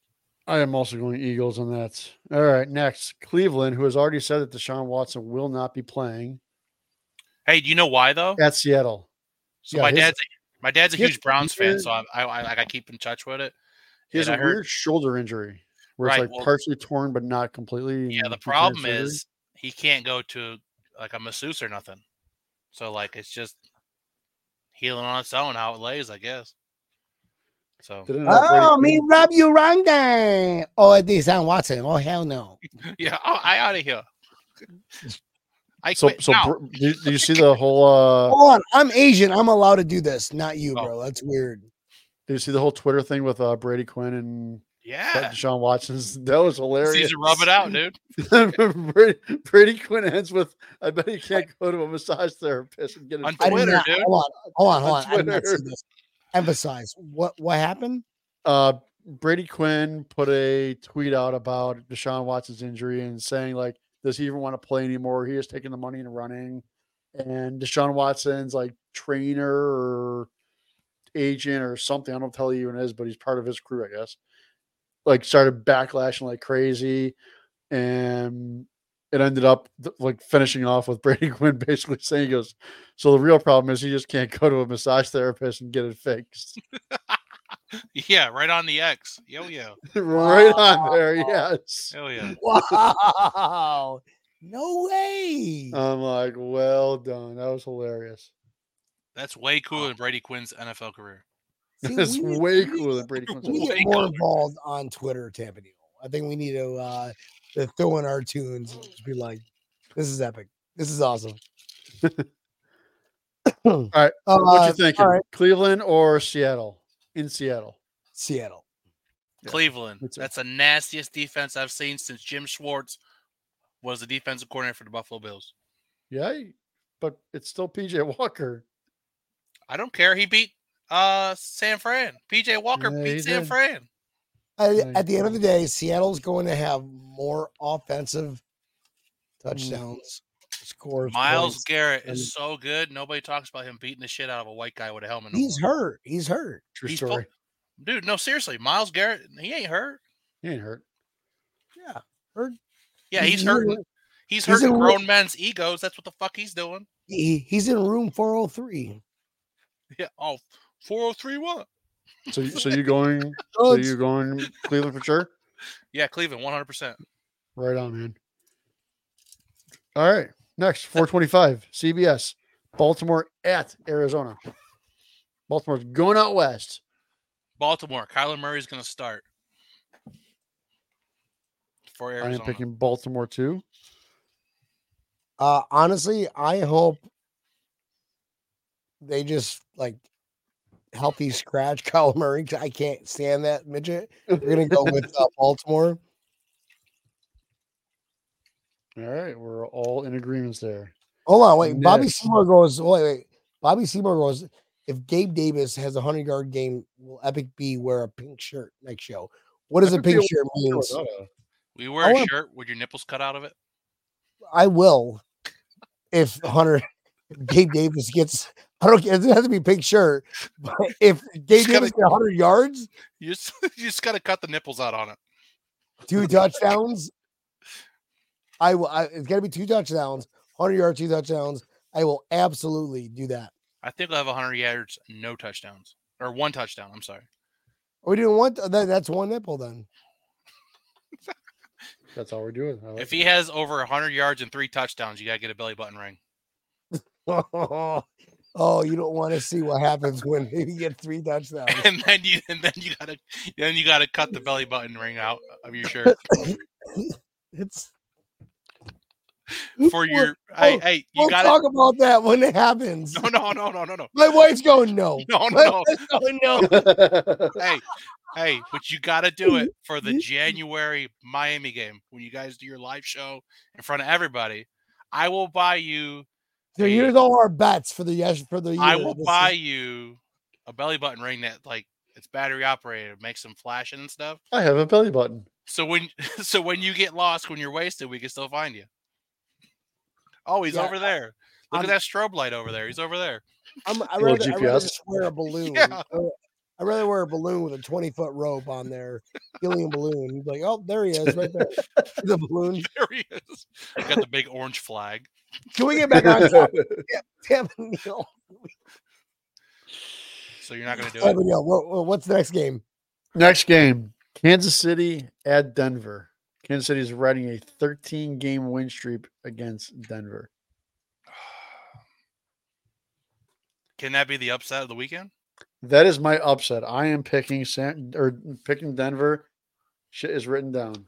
S5: I am also going Eagles on that. All right. Next, Cleveland, who has already said that Deshaun Watson will not be playing
S6: Hey, do you know why though?
S5: at Seattle.
S6: So
S5: yeah,
S6: my
S5: his-
S6: dad's a, my dad's a
S5: his
S6: huge Browns fan,
S5: weird-
S6: so I, I, I like I keep in touch with it.
S5: He has
S6: And
S5: a
S6: I heard-
S5: weird shoulder injury where it's
S6: Right,
S5: like
S6: well-
S5: partially torn but not completely. and he
S6: Yeah, the
S5: can't have
S6: problem
S5: surgery.
S6: is he can't go to like a masseuse or nothing. So like it's just healing on its own how it lays, I guess. So
S5: Didn't an
S4: Oh,
S5: operating
S4: me
S5: theater-
S4: rob you wrong day. Oh, it is on Watson. Oh, hell no.
S6: [laughs] yeah, oh, I out of here. I
S5: So,
S6: quit
S5: so
S6: now.
S5: br- do, do you see the whole? uh
S4: Hold on. I'm Asian. I'm allowed to do this. Not you,
S6: Oh.
S4: bro. That's weird.
S5: Do you see the whole Twitter thing with uh Brady Quinn and
S6: yeah.
S5: Sean Watson's? [laughs] That was hilarious.
S6: Caesar, rub it out,
S5: [laughs]
S6: dude. [laughs]
S5: Brady, Brady Quinn ends with, "I bet he can't go to a massage therapist and get it."
S4: I
S6: On
S5: fixed."
S4: did
S6: Twitter,
S4: not-
S6: dude.
S4: Hold on. Hold on. Hold on.
S5: On
S4: I did not see
S5: Twitter.
S4: this. Emphasize. What what happened?
S5: Uh, Brady Quinn put a tweet out about Deshaun Watson's injury and saying like Does he even want to play anymore? He is taking the money and running. And Deshaun Watson's like trainer or agent or something. I don't tell you who it is, but he's part of his crew, I guess. Like started backlashing like crazy. And it ended up th- like finishing off with [laughs] Brady Quinn basically saying, he goes, So the real problem is he just can't go to a massage therapist and get it fixed.
S6: Yeah, right on the X. Yo, yo.
S5: [laughs] right on there. Yes.
S6: Hell Oh, yeah.
S4: [laughs] Wow. No way.
S5: I'm like, Well done. That was hilarious.
S6: That's way cooler than Brady Quinn's NFL career.
S4: [laughs] See,
S5: That's
S4: we need-
S5: way
S4: we need-
S5: cooler
S4: [laughs]
S5: than Brady Quinn's.
S4: We
S6: Way
S4: get more
S6: cooler.
S4: involved on Twitter, Tampa Neal. I think we need to, uh, to throw in our tunes and just be like, this is epic. This is awesome. [laughs] all
S5: right,
S4: [clears throat] Uh,
S5: What you thinking?
S4: all right.
S5: Cleveland or Seattle? In Seattle.
S4: Seattle.
S5: Yeah,
S6: Cleveland.
S5: me too.
S6: That's the nastiest defense I've seen since Jim Schwartz was the defensive coordinator for the Buffalo Bills.
S5: Yeah, but it's still PJ Walker.
S6: I don't care. He beat uh San Fran. PJ Walker
S5: Yeah, he
S6: beat San
S5: did.
S6: Fran.
S4: I,
S5: Nice.
S4: At the end of the day, Seattle's going to have more offensive touchdowns, scores.
S6: Miles
S4: points.
S6: Garrett
S4: and-
S6: is so good. Nobody talks about him beating the shit out of a white guy with a helmet. no
S4: He's
S6: more.
S4: hurt. He's hurt.
S5: True
S6: He's fu-
S5: story.
S6: Dude, no, seriously. Miles Garrett, he ain't hurt.
S5: he ain't hurt.
S4: Yeah.
S6: Yeah, he's
S4: in
S6: hurting.
S4: room-
S6: He's
S4: he's
S6: hurting
S4: a-
S6: grown men's egos. That's what the fuck he's doing. [laughs]
S4: He, he's in room 403.
S6: Yeah. Oh, 403 what?
S5: So,
S4: [laughs]
S5: you- so you going?
S4: Oh,
S5: so
S4: it's-
S5: you going Cleveland for sure?
S6: Yeah, Cleveland, 100%.
S5: Right on, man. All right. Next, 425, CBS, Baltimore at Arizona. Baltimore's going out west.
S6: Baltimore, Kyler Murray's going to start for
S5: I am
S6: Arizona.
S5: picking Baltimore too.
S4: Uh, honestly, I hope they just like healthy scratch [laughs] Kyle Murray. 'cause I can't stand that midget. We're gonna go with uh, Baltimore.
S5: All right. We're all in agreements there.
S4: Hold on, wait. Bobby
S5: Next.
S4: Seymour goes. Wait, wait. Bobby Seymour goes. If Gabe Davis has a hundred yard game, will Epic B wear a pink shirt next show? What does a
S5: Epic B
S4: pink
S5: will-
S4: shirt mean?
S5: uh,
S6: We wear a
S4: wanna-
S6: shirt with your nipples cut out of it.
S4: I will. If Hunter if Gabe Davis gets, I don't care. It doesn't have to be pink shirt. But if Gabe
S6: Just gotta-
S4: Davis gets hundred yards,
S6: You just, [laughs] you just got to cut the nipples out on it.
S4: two touchdowns. I will. I, it's got to be two touchdowns, hundred yard, two touchdowns. I will absolutely do that.
S6: I think I'll have 100 yards, no touchdowns. Or one touchdown. I'm sorry.
S4: Are we doing one? That, that's one nipple then. [laughs]
S5: That's all we're doing. I like
S6: If he has over 100 yards and three touchdowns, you got to get a belly button ring.
S4: oh, you don't want to see what happens when [laughs] you get three
S6: [laughs]
S4: touchdowns.
S6: And then you and then you gotta then you gotta cut the belly button ring out of your
S5: [laughs]
S6: shirt
S4: It's
S6: for
S4: We'll-
S5: [laughs]
S6: your hey
S5: Oh,
S4: we'll-
S6: hey you
S4: We'll
S6: gotta
S4: talk about that when it happens.
S6: [laughs] no no no no no no
S4: My wife's going no.
S6: no
S4: My
S6: Oh, no [laughs]
S4: wife's going, no.
S5: it. [laughs]
S6: hey,
S4: [laughs]
S6: hey, but you got to do it for the January Miami game when you guys do your live show in front of everybody. I will buy you.
S4: So here's all our bets for the yes for the year.
S6: I will
S4: This is-
S6: buy you a belly button ring that like it's battery operated, makes them flashing and stuff.
S5: I have a belly button.
S6: So when [laughs] so when you get lost, when you're wasted, we can still find you. Oh, he's
S4: Yeah,
S6: over there. Look
S4: I'm-
S6: at that strobe light over there. He's over there.
S4: [laughs]
S6: [laughs]
S4: I'm, I'd,
S5: Little
S4: rather, I'd rather
S5: GPS.
S4: just wear a balloon.
S6: Yeah.
S4: I would- I'd rather wear a balloon with a 20 foot rope on there, helium balloon. He's like, oh, there he is, right
S5: [laughs]
S4: there. The balloon.
S6: There he is. I got the big orange flag.
S4: Can we get back on
S5: [laughs]
S4: top? Damn, Neil.
S6: So you're
S4: [laughs]
S6: not gonna do
S4: Damn,
S6: it.
S4: Neil. What, what- what's the next game?
S5: Next game Kansas City at Denver. Kansas City is riding a 13 game win streak against Denver.
S6: Can that be the upset of the weekend?
S5: That is my upset. I am picking San or picking Denver. Shit is written down.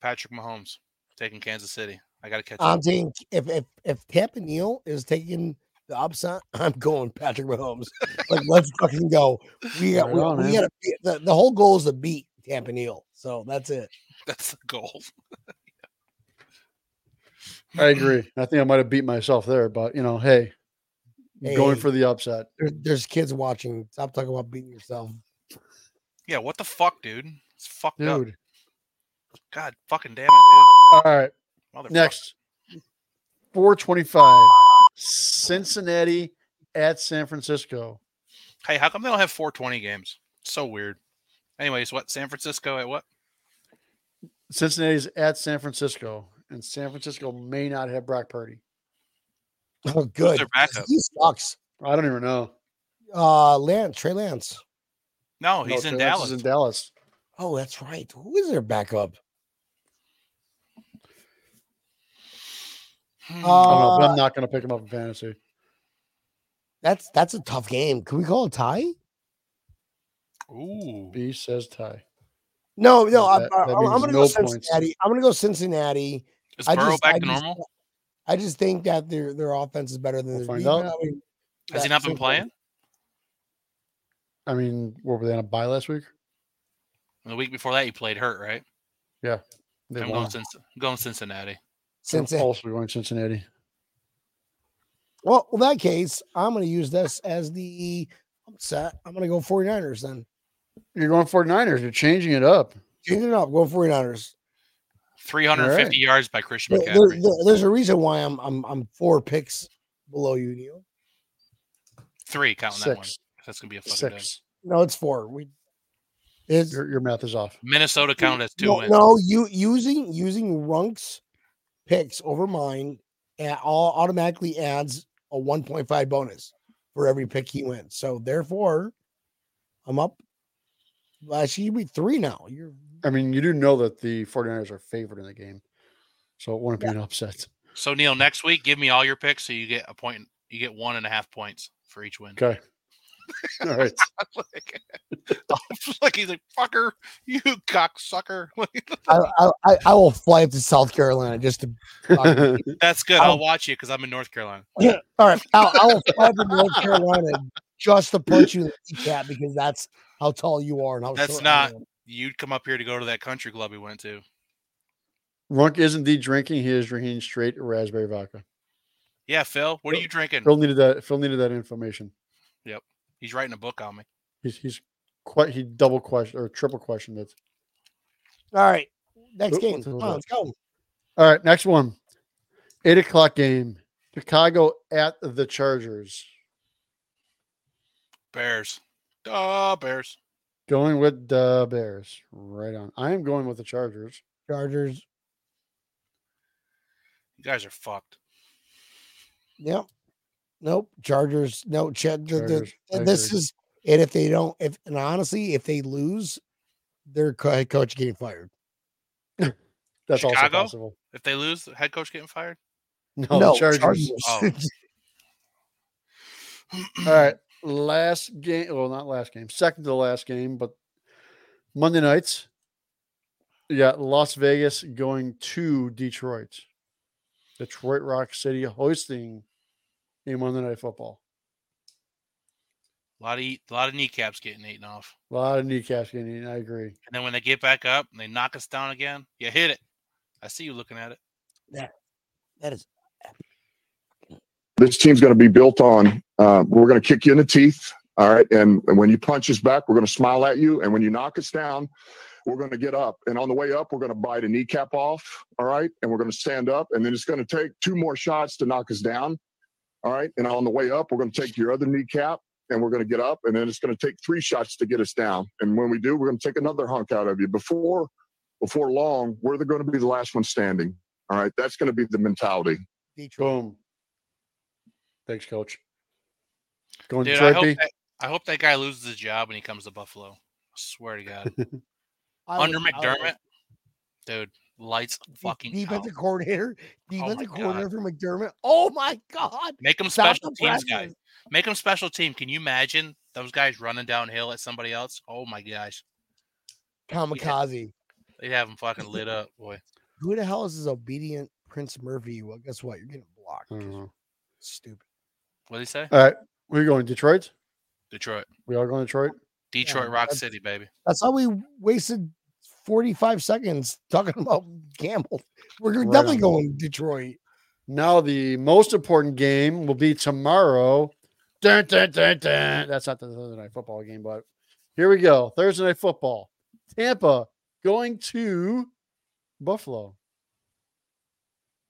S6: Patrick Mahomes taking Kansas City. I
S5: Uh,
S6: got to catch up.
S4: I'm saying if if if Tampa Neal is taking the upset, [laughs] I'm going Patrick Mahomes. Like, let's fucking go. We got
S5: Right
S4: we,
S5: on,
S4: we
S5: man.
S4: gotta beat, the, the whole goal is to beat Tampa Neal. So that's it.
S6: [laughs] That's the goal. [clears throat]
S5: I
S6: [laughs]
S5: agree. I think I might have beat myself there, but you know, hey, going
S4: Hey.
S5: for the upset.
S4: There, there's kids watching. Stop talking about beating yourself.
S6: Yeah, what the fuck, dude? It's fucked up.
S5: dude.
S6: God fucking damn it,
S5: All right,
S6: dude. Motherfucker.
S5: next. 425, Cincinnati at San Francisco.
S6: Hey, how come they don't have 420 games? So weird. Anyways, what San Francisco at what?
S5: Cincinnati's at San Francisco, and San Francisco may not have Brock Purdy.
S4: [laughs] Oh, good.
S6: their backup?
S4: He sucks.
S5: I don't even know.
S4: Uh, Lance, Trey Lance.
S6: No,
S5: No,
S6: Oh, he's in
S5: Trey Lance
S6: Dallas.
S5: is in Dallas.
S4: Oh, that's right. Who is their backup?
S5: I
S6: Hmm.
S5: don't know, but
S4: Uh,
S5: I'm not going to pick him up in fantasy.
S4: that's that's a tough game. Can we call it a tie?
S6: Hmm,
S5: Uh,
S6: Ooh.
S5: B says tie.
S4: No, no. I'm,
S5: that- that
S4: I'm, I'm
S5: means
S4: gonna
S5: no
S4: go
S5: points.
S4: Cincinnati. I'm gonna go Cincinnati.
S6: Is
S4: I
S6: Burrow
S4: just,
S6: back
S4: I
S6: to
S4: just-
S6: normal?
S4: I just think that their their offense is better than their
S5: We'll find
S4: defense.
S5: out.
S4: I mean,
S6: Has he
S4: that-
S6: not been playing?
S5: I mean, what were they on a bye last week?
S6: And the week before that, he played hurt, right?
S5: They
S6: I'm
S5: won.
S6: going, Cinc- going Cincinnati.
S4: Cincinnati.
S5: Also going Cincinnati.
S4: Well, in that case, I'm gonna use this as the upset. I'm gonna go 49ers then.
S5: You're going 49ers. You're changing it up.
S4: Change it up. Go 49ers.
S6: 350 yards by Christian
S4: There- there-
S6: McCaffrey.
S4: there- there's a reason why I'm I'm I'm four picks below you, Neil.
S6: Three, counting that one.
S5: Six.
S6: 'cause That's going to be a fucking dud.
S5: Six.
S4: No, it's four. We it's
S5: Your, your math is off.
S6: Minnesota counted as two
S4: no,
S6: wins.
S4: no, you using using Runk's picks over mine at all automatically adds a 1.5 bonus for every pick he wins. So therefore, I'm up. Well, Actually, you'd be three now. You're
S5: I mean, you do know that the 49ers are favored in the game. So it wouldn't be an upset.
S6: So Neil, next week, give me all your picks so you get a point. You get one and a half points for each win.
S5: Okay. All right.
S6: like, [laughs] like he's like fucker, you cocksucker. [laughs]
S4: I, I, I, I will fly up to South Carolina just to
S6: That's good.
S4: I'll-
S6: I'll watch you because I'm in North Carolina.
S4: all right. I'll, I will fly up to North Carolina just to punch you in the kneecap because that's how tall you are and how
S6: That's
S4: short I
S6: not-
S4: am.
S6: You'd come up here to go to that country club we went to.
S5: [laughs] Runk is indeed drinking. He is drinking straight raspberry vodka.
S6: Yeah, Phil, what are you drinking?
S5: Phil needed that. Phil needed that information.
S6: He's writing a book on me.
S5: He's he's quite he double question or triple questioned it.
S4: All right. Next
S5: Oop,
S4: game.
S5: what's
S4: Come
S5: those
S4: on,
S5: are?
S4: let's go.
S5: All right, next one. Eight o'clock game. Chicago at the Chargers.
S6: Bears. Duh, Bears.
S5: Going with the Bears. Right on. I am going with the Chargers.
S4: Chargers.
S6: You guys are fucked.
S4: Yep. Nope. Chargers. No. Ch- the- the-
S5: Chargers, I
S4: and this
S5: agree.
S4: is and if they don't, if and honestly, if they lose, their co- head coach getting fired.
S5: That's
S6: Chicago?
S5: also possible.
S6: If they lose, the head coach
S4: [clears throat]
S6: getting fired.
S5: No, the Oh, Chargers.
S6: Chargers.
S5: All right. Last game. Well, not last game. Second to the last game, but Monday nights. Yeah, Las Vegas going to Detroit. Detroit Rock City hosting a Monday night football.
S6: A lot of eat, a lot of kneecaps getting eaten off.
S5: A lot of kneecaps getting eaten. I agree.
S6: And then when they get back up and they knock us down again, you hit it. I see you looking at it.
S4: [laughs] that is
S3: This team's going to be built on. Uh, we're going to kick you in the teeth. All right. And, and when you punch us back, we're going to smile at you. And when you knock us down, we're going to get up. And on the way up, we're going to bite a kneecap off. All right. And we're going to stand up. And then it's going to take two more shots to knock us down. All right. And on the way up, we're going to take your other kneecap and we're going to get up. And then it's going to take three shots to get us down. And when we do, we're going to take another hunk out of you. Before, before long, we're going to be the last one standing. All right. That's going to be the mentality.
S4: Detroit.
S5: Boom. Thanks, coach. Going
S6: Dude, I
S5: Detroit.
S6: hope,
S5: B?
S6: that, I hope that guy loses his job when he comes to Buffalo. I swear to God.
S4: I
S6: Under
S4: would- I would-
S6: McDermott, dude, lights
S4: de-
S6: fucking out.
S4: defensive coordinator, defensive
S6: God.
S4: coordinator for McDermott. Oh my god!
S6: Make him
S4: Stop
S6: special
S4: the
S6: teams guy.
S4: presses.
S6: Make him special team. Can you imagine those guys running downhill at somebody else? Oh my gosh,
S4: Kamikaze.
S6: they have him fucking lit
S4: [laughs]
S6: up, boy.
S4: Who the hell is this obedient Prince Murphy? Well, guess what? You're getting blocked.
S5: I don't
S4: 'cause you're
S5: know.
S4: Stupid.
S6: What do you say?
S5: All right. We're going Detroit.
S6: Detroit,
S5: We are going Detroit.
S6: Detroit Rock
S4: that's-
S6: City, baby.
S4: That's how we wasted 45 seconds [laughs] talking about Gamble. We're
S5: Right
S4: definitely
S5: on.
S4: going Detroit.
S5: Now the most important game will be tomorrow. Dun, dun, dun, dun. That's not the Thursday night football game, but here we go. Thursday night football. Tampa going to Buffalo.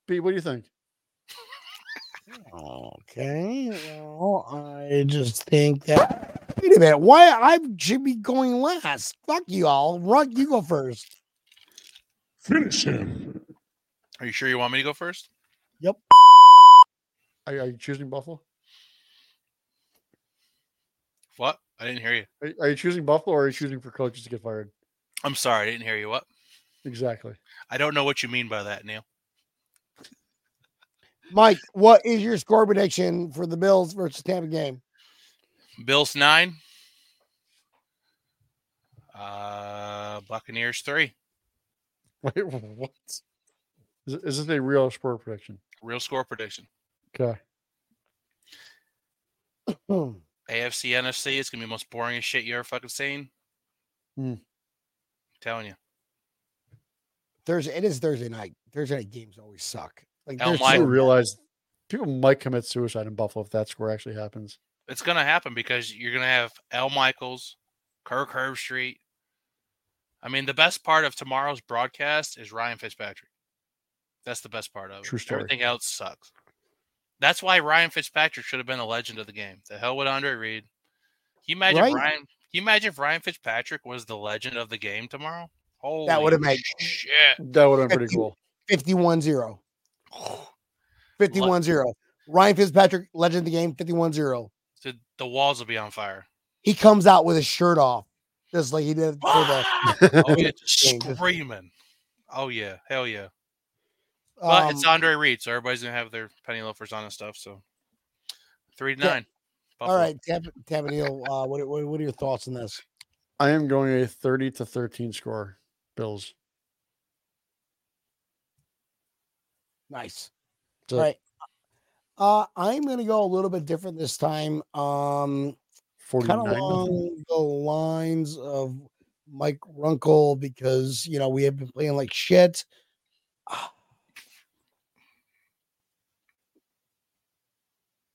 S5: Pete, what do you think?
S4: Okay. Well, I just think that. Wait a minute. Why I should be going last? Fuck you all. Run, you go first.
S7: Finish him.
S6: Are you sure you want me to go first?
S5: Are, are you choosing Buffalo?
S6: What? I didn't hear you.
S5: Are, are you choosing Buffalo or are you choosing for coaches to get fired?
S6: I'm sorry, I didn't hear you. What?
S5: Exactly. [laughs]
S6: I don't know what you mean by that, Neil.
S4: Mike, what is your score prediction for the Bills versus Tampa game?
S6: Bills nine. Uh Buccaneers three.
S5: Wait, what? Is, is this a real sport prediction?
S6: Real score prediction.
S5: Okay.
S4: Hmm.
S6: AFC NFC, it's gonna be the most boring as shit you ever fucking seen.
S5: Hmm.
S6: telling you.
S4: Thursday. It is Thursday night. Thursday night games always suck. Like
S6: Elm
S4: there's
S6: Mike-
S5: I
S6: Why-
S4: no-
S5: realize people might commit suicide in Buffalo if that's where it actually happens.
S6: It's gonna happen because you're gonna have L Michaels, Kirk Herbstreit. I mean, the best part of tomorrow's broadcast is Ryan Fitzpatrick. That's the best part of it.
S5: True story.
S6: Everything else sucks. That's why Ryan Fitzpatrick should have been the legend of the game. The hell with Andre Reed. Can you imagine
S4: Right?
S6: Ryan? Can you imagine if Ryan Fitzpatrick was the legend of the game tomorrow? Holy
S4: would have made-
S6: shit.
S5: That would have been pretty
S4: Fifty-
S5: cool.
S4: 51 0. 51 0. Ryan Fitzpatrick, legend of the game, 51 0.
S6: So the walls will be on fire.
S4: He comes out with his shirt off, just like he did for the.
S6: [laughs] oh yeah, just
S4: Just-
S6: screaming. Oh yeah, hell yeah. But
S4: Um,
S6: it's Andre Reed, so everybody's gonna have their penny loafers on and stuff. So three to
S4: Yeah.
S6: nine.
S4: all
S6: Buffalo.
S4: right, Tampa, Tampa Neal, uh, what, what, what are your thoughts on this?
S5: I am going a 30 to 13 score, Bills.
S4: Nice.
S5: So-
S4: All right. Uh, I'm going to go a little bit different this time. Um, kind
S5: 49.
S4: of along the lines of Mike Runkle because you know we have been playing like shit. Ah.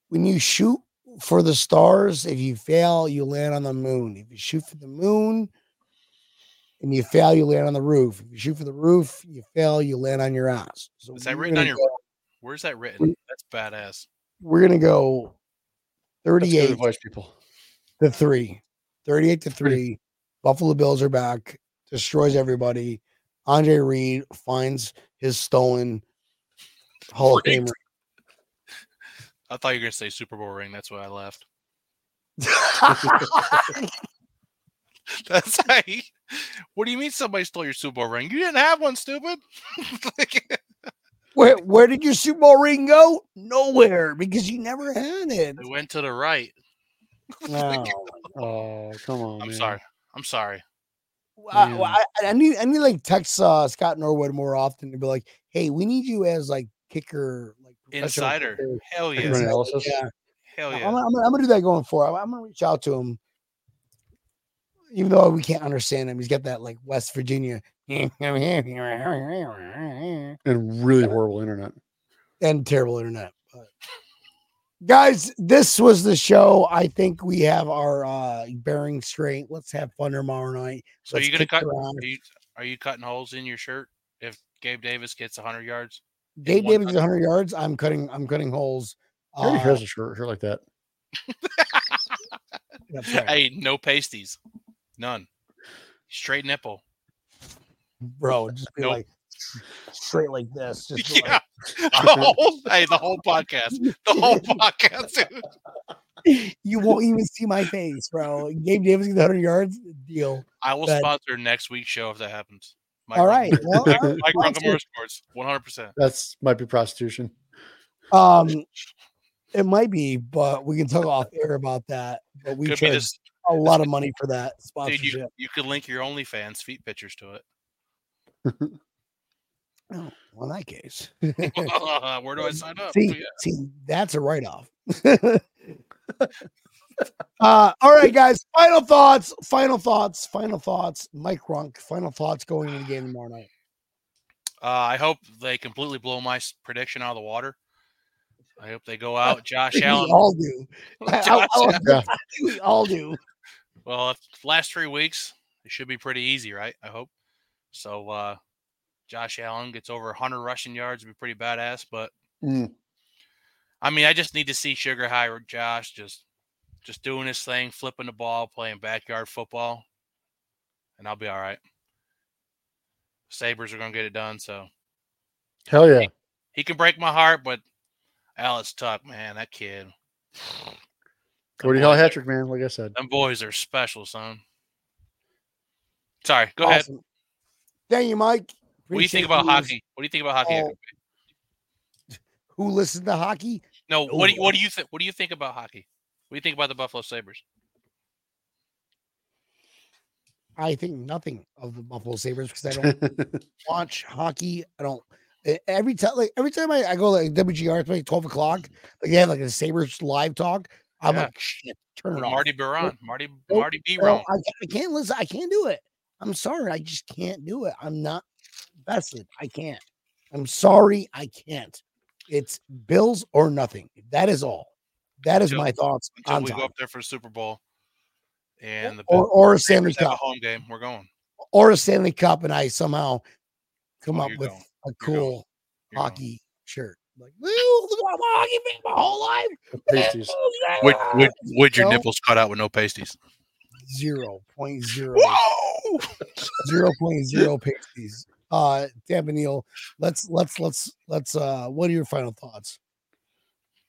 S4: When you shoot for the stars, if you fail, you land on the moon. If you shoot for the moon and you fail, you land on the roof. If you shoot for the roof, you fail, you land on your ass. So
S6: Is that
S4: we're
S6: written on
S4: gonna
S6: your-
S4: go-
S6: Where's that written? That's badass.
S4: We're gonna go
S5: That's good
S4: thirty-eight
S5: advice,
S6: [laughs]
S5: people.
S4: to three. 38 to
S5: Three.
S4: three. Buffalo Bills are back, destroys everybody. Andre Reed finds his stolen Hall of Fame.
S6: Great. I thought you were gonna say Super Bowl ring. That's why I laughed.
S4: ring.
S6: [laughs] That's like, [laughs] what do you mean somebody stole your Super Bowl ring? You didn't have one, stupid. [laughs] Like,
S4: [laughs] where, where did your Super Bowl ring go? Nowhere because you never had it.
S6: it went to the right.
S4: No.
S5: Oh, come on.
S6: I'm
S5: man.
S6: sorry. I'm sorry.
S4: I, well,
S5: Yeah.
S4: I, I need I need like text uh, Scott Norwood more often to be like, hey, we need you as like kicker, like professional
S6: Insider.
S4: kicker."
S6: Hell
S5: Like
S6: yeah.
S5: running analysis.
S4: Yeah.
S6: Hell
S4: I'm
S6: Oh, yeah.
S4: gonna- I'm, gonna- I'm gonna do that going forward. I'm gonna reach out to him, even though we can't understand him. He's got that like West Virginia [laughs] and
S5: And really horrible internet.
S4: terrible internet. But- [laughs] Guys, this was the show. I think we have our uh bearing straight. Let's have fun tomorrow night.
S6: So
S4: Let's
S6: you gonna
S4: kick
S6: cut?
S4: around.
S6: Are you, are you cutting holes in your shirt if Gabe Davis gets 100 yards?
S4: Dave
S6: one
S4: Davis is 100 yards. I'm cutting. I'm cutting holes.
S5: He already
S4: Uh,
S5: has a shirt, shirt like that.
S4: that's
S6: [laughs]
S4: right.
S6: Hey, no pasties, none.
S4: [laughs]
S6: Straight nipple.
S4: bro, just be
S6: Nope.
S4: like straight like this. Just be like-
S6: [laughs] Yeah, the whole, hey, the whole podcast, the
S4: [laughs]
S6: whole podcast. dude.
S4: you won't even see my face, bro. Gabe Davis gets 100 yards. Deal.
S6: I will
S4: But-
S6: sponsor next week's show if that happens. Mike
S4: All
S6: Ruck-
S4: right. Well,
S6: Mike,
S4: all right,
S6: Mike
S4: sponsor.
S6: Ruckamore Sports, 100. percent
S5: That's might be prostitution.
S6: [laughs]
S4: um, it might be, but we can talk off air about that. But we
S6: Could be
S4: charge
S6: this,
S4: a lot of money for that
S6: dude. You,
S4: sponsorship.
S6: you could link your OnlyFans feet pictures to it.
S4: Oh, well, in that case,
S6: [laughs] Where do I sign
S4: [laughs]
S6: up?
S4: see,
S6: Oh, Yeah.
S4: see, that's a write off. [laughs] uh, all right, guys. Final thoughts. Final thoughts. Final thoughts. Mike Ronk. Final thoughts going into the game tomorrow night.
S6: Uh, I hope they completely blow my s- prediction out of the water. I hope they
S4: Uh,
S6: go
S4: [laughs]
S6: out. Josh
S4: We
S6: Allen.
S4: all do. I- I-
S6: [laughs] Josh
S4: I-
S5: Yeah.
S4: we all do.
S6: Well, if- last three weeks, It should be pretty easy, right? I hope. So uh Josh Allen gets over 100 rushing yards. It'd be pretty badass. But
S5: Mm.
S6: I mean, I just need to see Sugar High or Josh just just doing his thing, flipping the ball, playing backyard football, and I'll be all right. Sabers are gonna get it done, so
S5: Hell yeah.
S6: he can break my heart. But Alice Tuck, man, that kid.
S5: Cody Hall hat trick, man. Like I said.
S6: Them boys are special, son. Sorry, go ahead.
S4: Awesome. Thank you, Mike.
S6: What do you
S4: Appreciate Oh,
S6: think about hockey? What do you think about hockey?
S4: all- Who listens to hockey?
S6: No, what do you, what do you think? What do you think about hockey? What do you think about the Buffalo Sabers?
S4: I think nothing of the Buffalo Sabres because I don't watch hockey. I don't e- every time like every time I, I go like WGR it's like 12 o'clock, like they have like a Sabres live talk. I'm
S6: Yeah.
S4: like shit, turn it
S6: With
S4: off.
S6: Marty Baron, Marty
S4: Nope.
S6: Marty B.
S4: No,
S6: Rowan.
S4: I, ca- I can't listen. I can't do it. I'm sorry. I just can't do it. I'm not vested. I can't. I'm sorry. I can't. It's bills or nothing. That is all. That is
S6: Until-
S4: my thoughts
S6: until
S4: on
S6: we go
S4: time.
S6: up there for the Super Bowl and the
S4: Or,
S6: Bills
S4: or a Stanley
S6: have a
S4: Cup.
S6: home game. We're going.
S4: Or a Stanley Cup, and I somehow come
S6: Oh,
S4: up
S6: you're
S4: with
S6: going.
S4: a
S6: You're going.
S4: cool
S6: You're going.
S4: hockey shirt. Like, woo, look at my hockey fan my whole life.
S5: Pasties.
S6: Would, would, would your
S4: No.
S6: nipples cut out with no pasties?
S4: [laughs] Zero point zero
S6: Whoa!
S4: zero point zero pasties. Uh Tampa Neal, let's let's let's let's uh what are your final thoughts?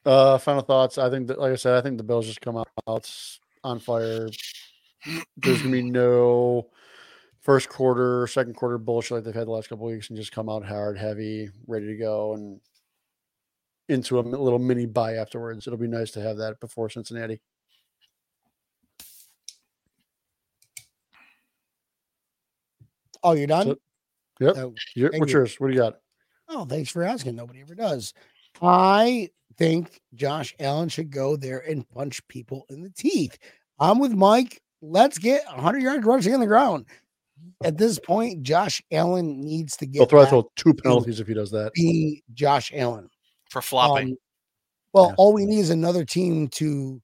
S5: Uh, final thoughts. I think that, like I said, I think the Bills just come out s- on fire. There's gonna
S4: [sniffs]
S5: be no first quarter, second quarter bullshit like they've had the last couple weeks, and just come out hard, heavy, ready to go, and into a mi- little mini buy afterwards. It'll be nice to have that before Cincinnati.
S4: Oh, you're done?
S5: So- Yep.
S4: Oh,
S5: Your-
S4: thank
S5: what's
S4: you.
S5: yours? What do you got?
S4: oh, thanks for asking. Nobody ever does. I think Josh Allen should go there and punch people in the teeth. I'm with Mike. Let's get 100 yards rushing on the ground. At this point, Josh Allen needs to get
S5: They'll throw,
S4: back
S5: throw two penalties if he does that.
S4: being Josh Allen.
S6: [laughs] For flopping.
S4: Um, well,
S5: Yeah.
S4: all we need is another team to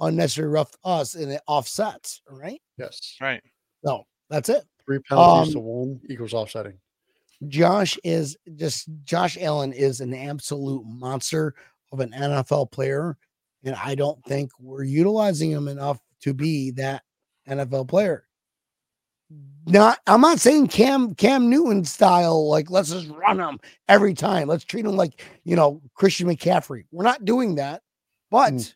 S4: unnecessarily rough us and it offsets, all right?
S5: Yes.
S6: right.
S4: No, that's it.
S5: Three penalties to
S4: Um,
S5: one equals offsetting.
S4: Josh is just Josh Allen is an absolute monster of an NFL player, and I don't think we're utilizing him enough to be that NFL player. Not, I'm not saying Cam Cam Newton style, like let's just run him every time. Let's treat him like you know Christian McCaffrey. We're not doing that, but
S5: Mm.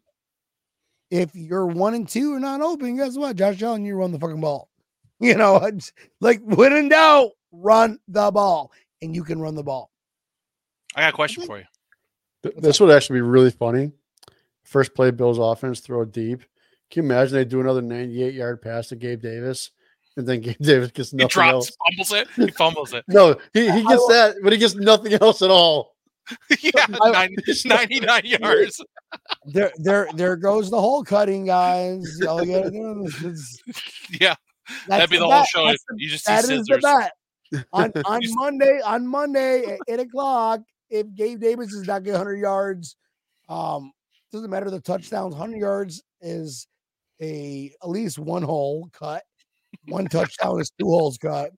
S4: if you're one and two are not open, guess what, Josh Allen, you run the fucking ball. [laughs] You know, it's like when in doubt, run the ball, and you can run the ball.
S6: I got a question for you.
S5: Th-
S4: What's
S5: This would actually be really funny. First play, Bills offense, throw it deep. Can you imagine they do another 98 yard pass to Gabe Davis? And then Gabe [laughs] Davis gets
S6: He
S5: nothing
S6: drops,
S5: else.
S6: fumbles it.
S4: [laughs]
S6: He fumbles it.
S5: No,
S6: [laughs]
S5: he, he gets
S4: will-
S5: that, but he gets nothing else at all.
S6: [laughs] yeah,
S5: I-
S4: [laughs]
S6: 90, 99 yards. [laughs]
S4: There, there, there goes the hole cutting,
S6: [laughs]
S4: guys. All you gotta do is- is-
S6: Yeah, that'd
S4: that's
S6: be the, whole
S4: bet.
S6: show.
S4: That's the-
S6: you just see
S4: That is the
S6: scissors. [laughs]
S4: bet. On, on
S6: You s-
S4: Monday, on Monday at eight o'clock, if Gabe Davis does not get 100 yards, um, doesn't matter the touchdowns. 100 yards is a at least one hole cut. One touchdown is two holes cut.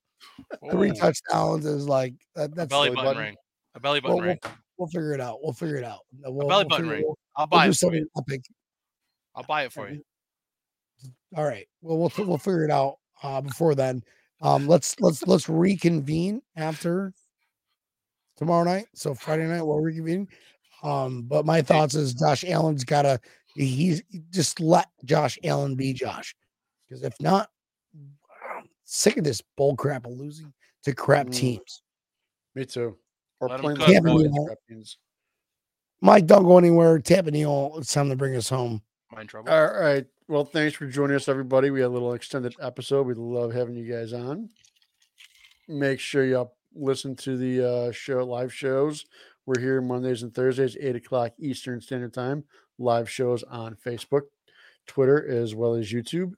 S4: three
S6: Ooh,
S4: touchdowns is like that,
S6: a
S4: that's
S6: belly
S5: belly
S6: button,
S5: button.
S6: ring. A belly button
S4: we'll, we'll,
S6: ring.
S4: we'll figure it out. We'll figure it out. No, We'll,
S6: belly
S4: we'll
S6: button
S4: figure-
S6: ring.
S4: We'll,
S6: I'll
S4: we'll
S6: buy
S4: do
S6: it for
S4: something
S6: you.
S4: epic.
S6: I'll buy it for you.
S4: All right. Well, we'll fi- we'll figure it out uh, before then. Um, let's let's let's reconvene after tomorrow night. So Friday night we'll reconvene. Um, but my thoughts is Josh Allen's gotta he's just let Josh Allen be Josh because if not, I'm sick of this bull crap of losing to crap
S5: Mm.
S4: teams.
S5: [laughs] Me too. Or
S6: Let 'em
S5: playing
S6: cook,
S5: like
S4: boy.
S5: crap
S4: Yeah.
S5: crap teams.
S4: Mike, don't go anywhere. Tap Neal, it's time to bring us home.
S6: Am I in trouble?
S5: All right. Well, thanks for joining us, everybody. We had a little extended episode. We love having you guys on. Make sure you up- listen to the uh, show live shows. We're here Mondays and Thursdays, eight o'clock Eastern Standard Time. Live shows on Facebook, Twitter, as well as YouTube.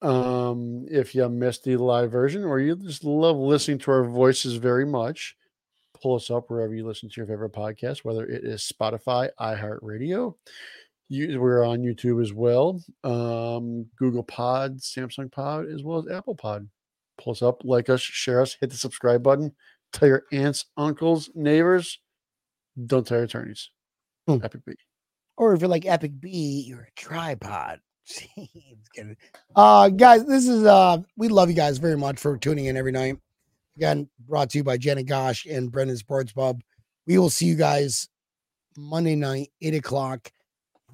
S5: Um, if you missed the live version or you just love listening to our voices very much, pull us up wherever you listen to your favorite podcast, whether it is Spotify, iHeartRadio, You, we're on YouTube as well. Um, Google Pod, Samsung Pod, as well as Apple Pod. Pull us up, like us, share us, hit the subscribe button. Tell your aunts, uncles, neighbors. Don't tell your attorneys.
S4: Hmm.
S5: Epic B.
S4: Or if you're like Epic B, you're a tripod. [laughs] It's good. uh guys, this is uh we love you guys very much for tuning in every night. Again, brought to you by Jenna Gosh and Brendan Sports Pub. We will see you guys Monday night, eight o'clock.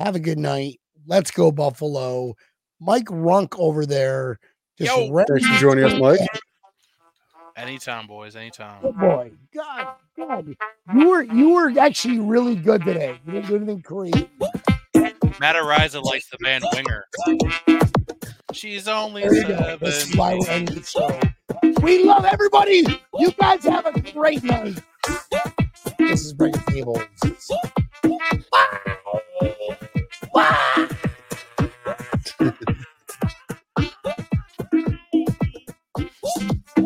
S4: Have a good night. Let's go, Buffalo. Mike Runk over there. Just
S6: Yo.
S4: ran-
S5: Thanks for joining us, Mike.
S6: Anytime, boys. Anytime.
S4: Good Oh, boy. God, God. You were you were actually really good today. You didn't do anything crazy.
S6: Matt Ariza likes the band Winger. She's only
S4: There you go.
S6: seven.
S4: This is why we're ending the show. We love everybody. You guys have a great night. This is Breaking Tables.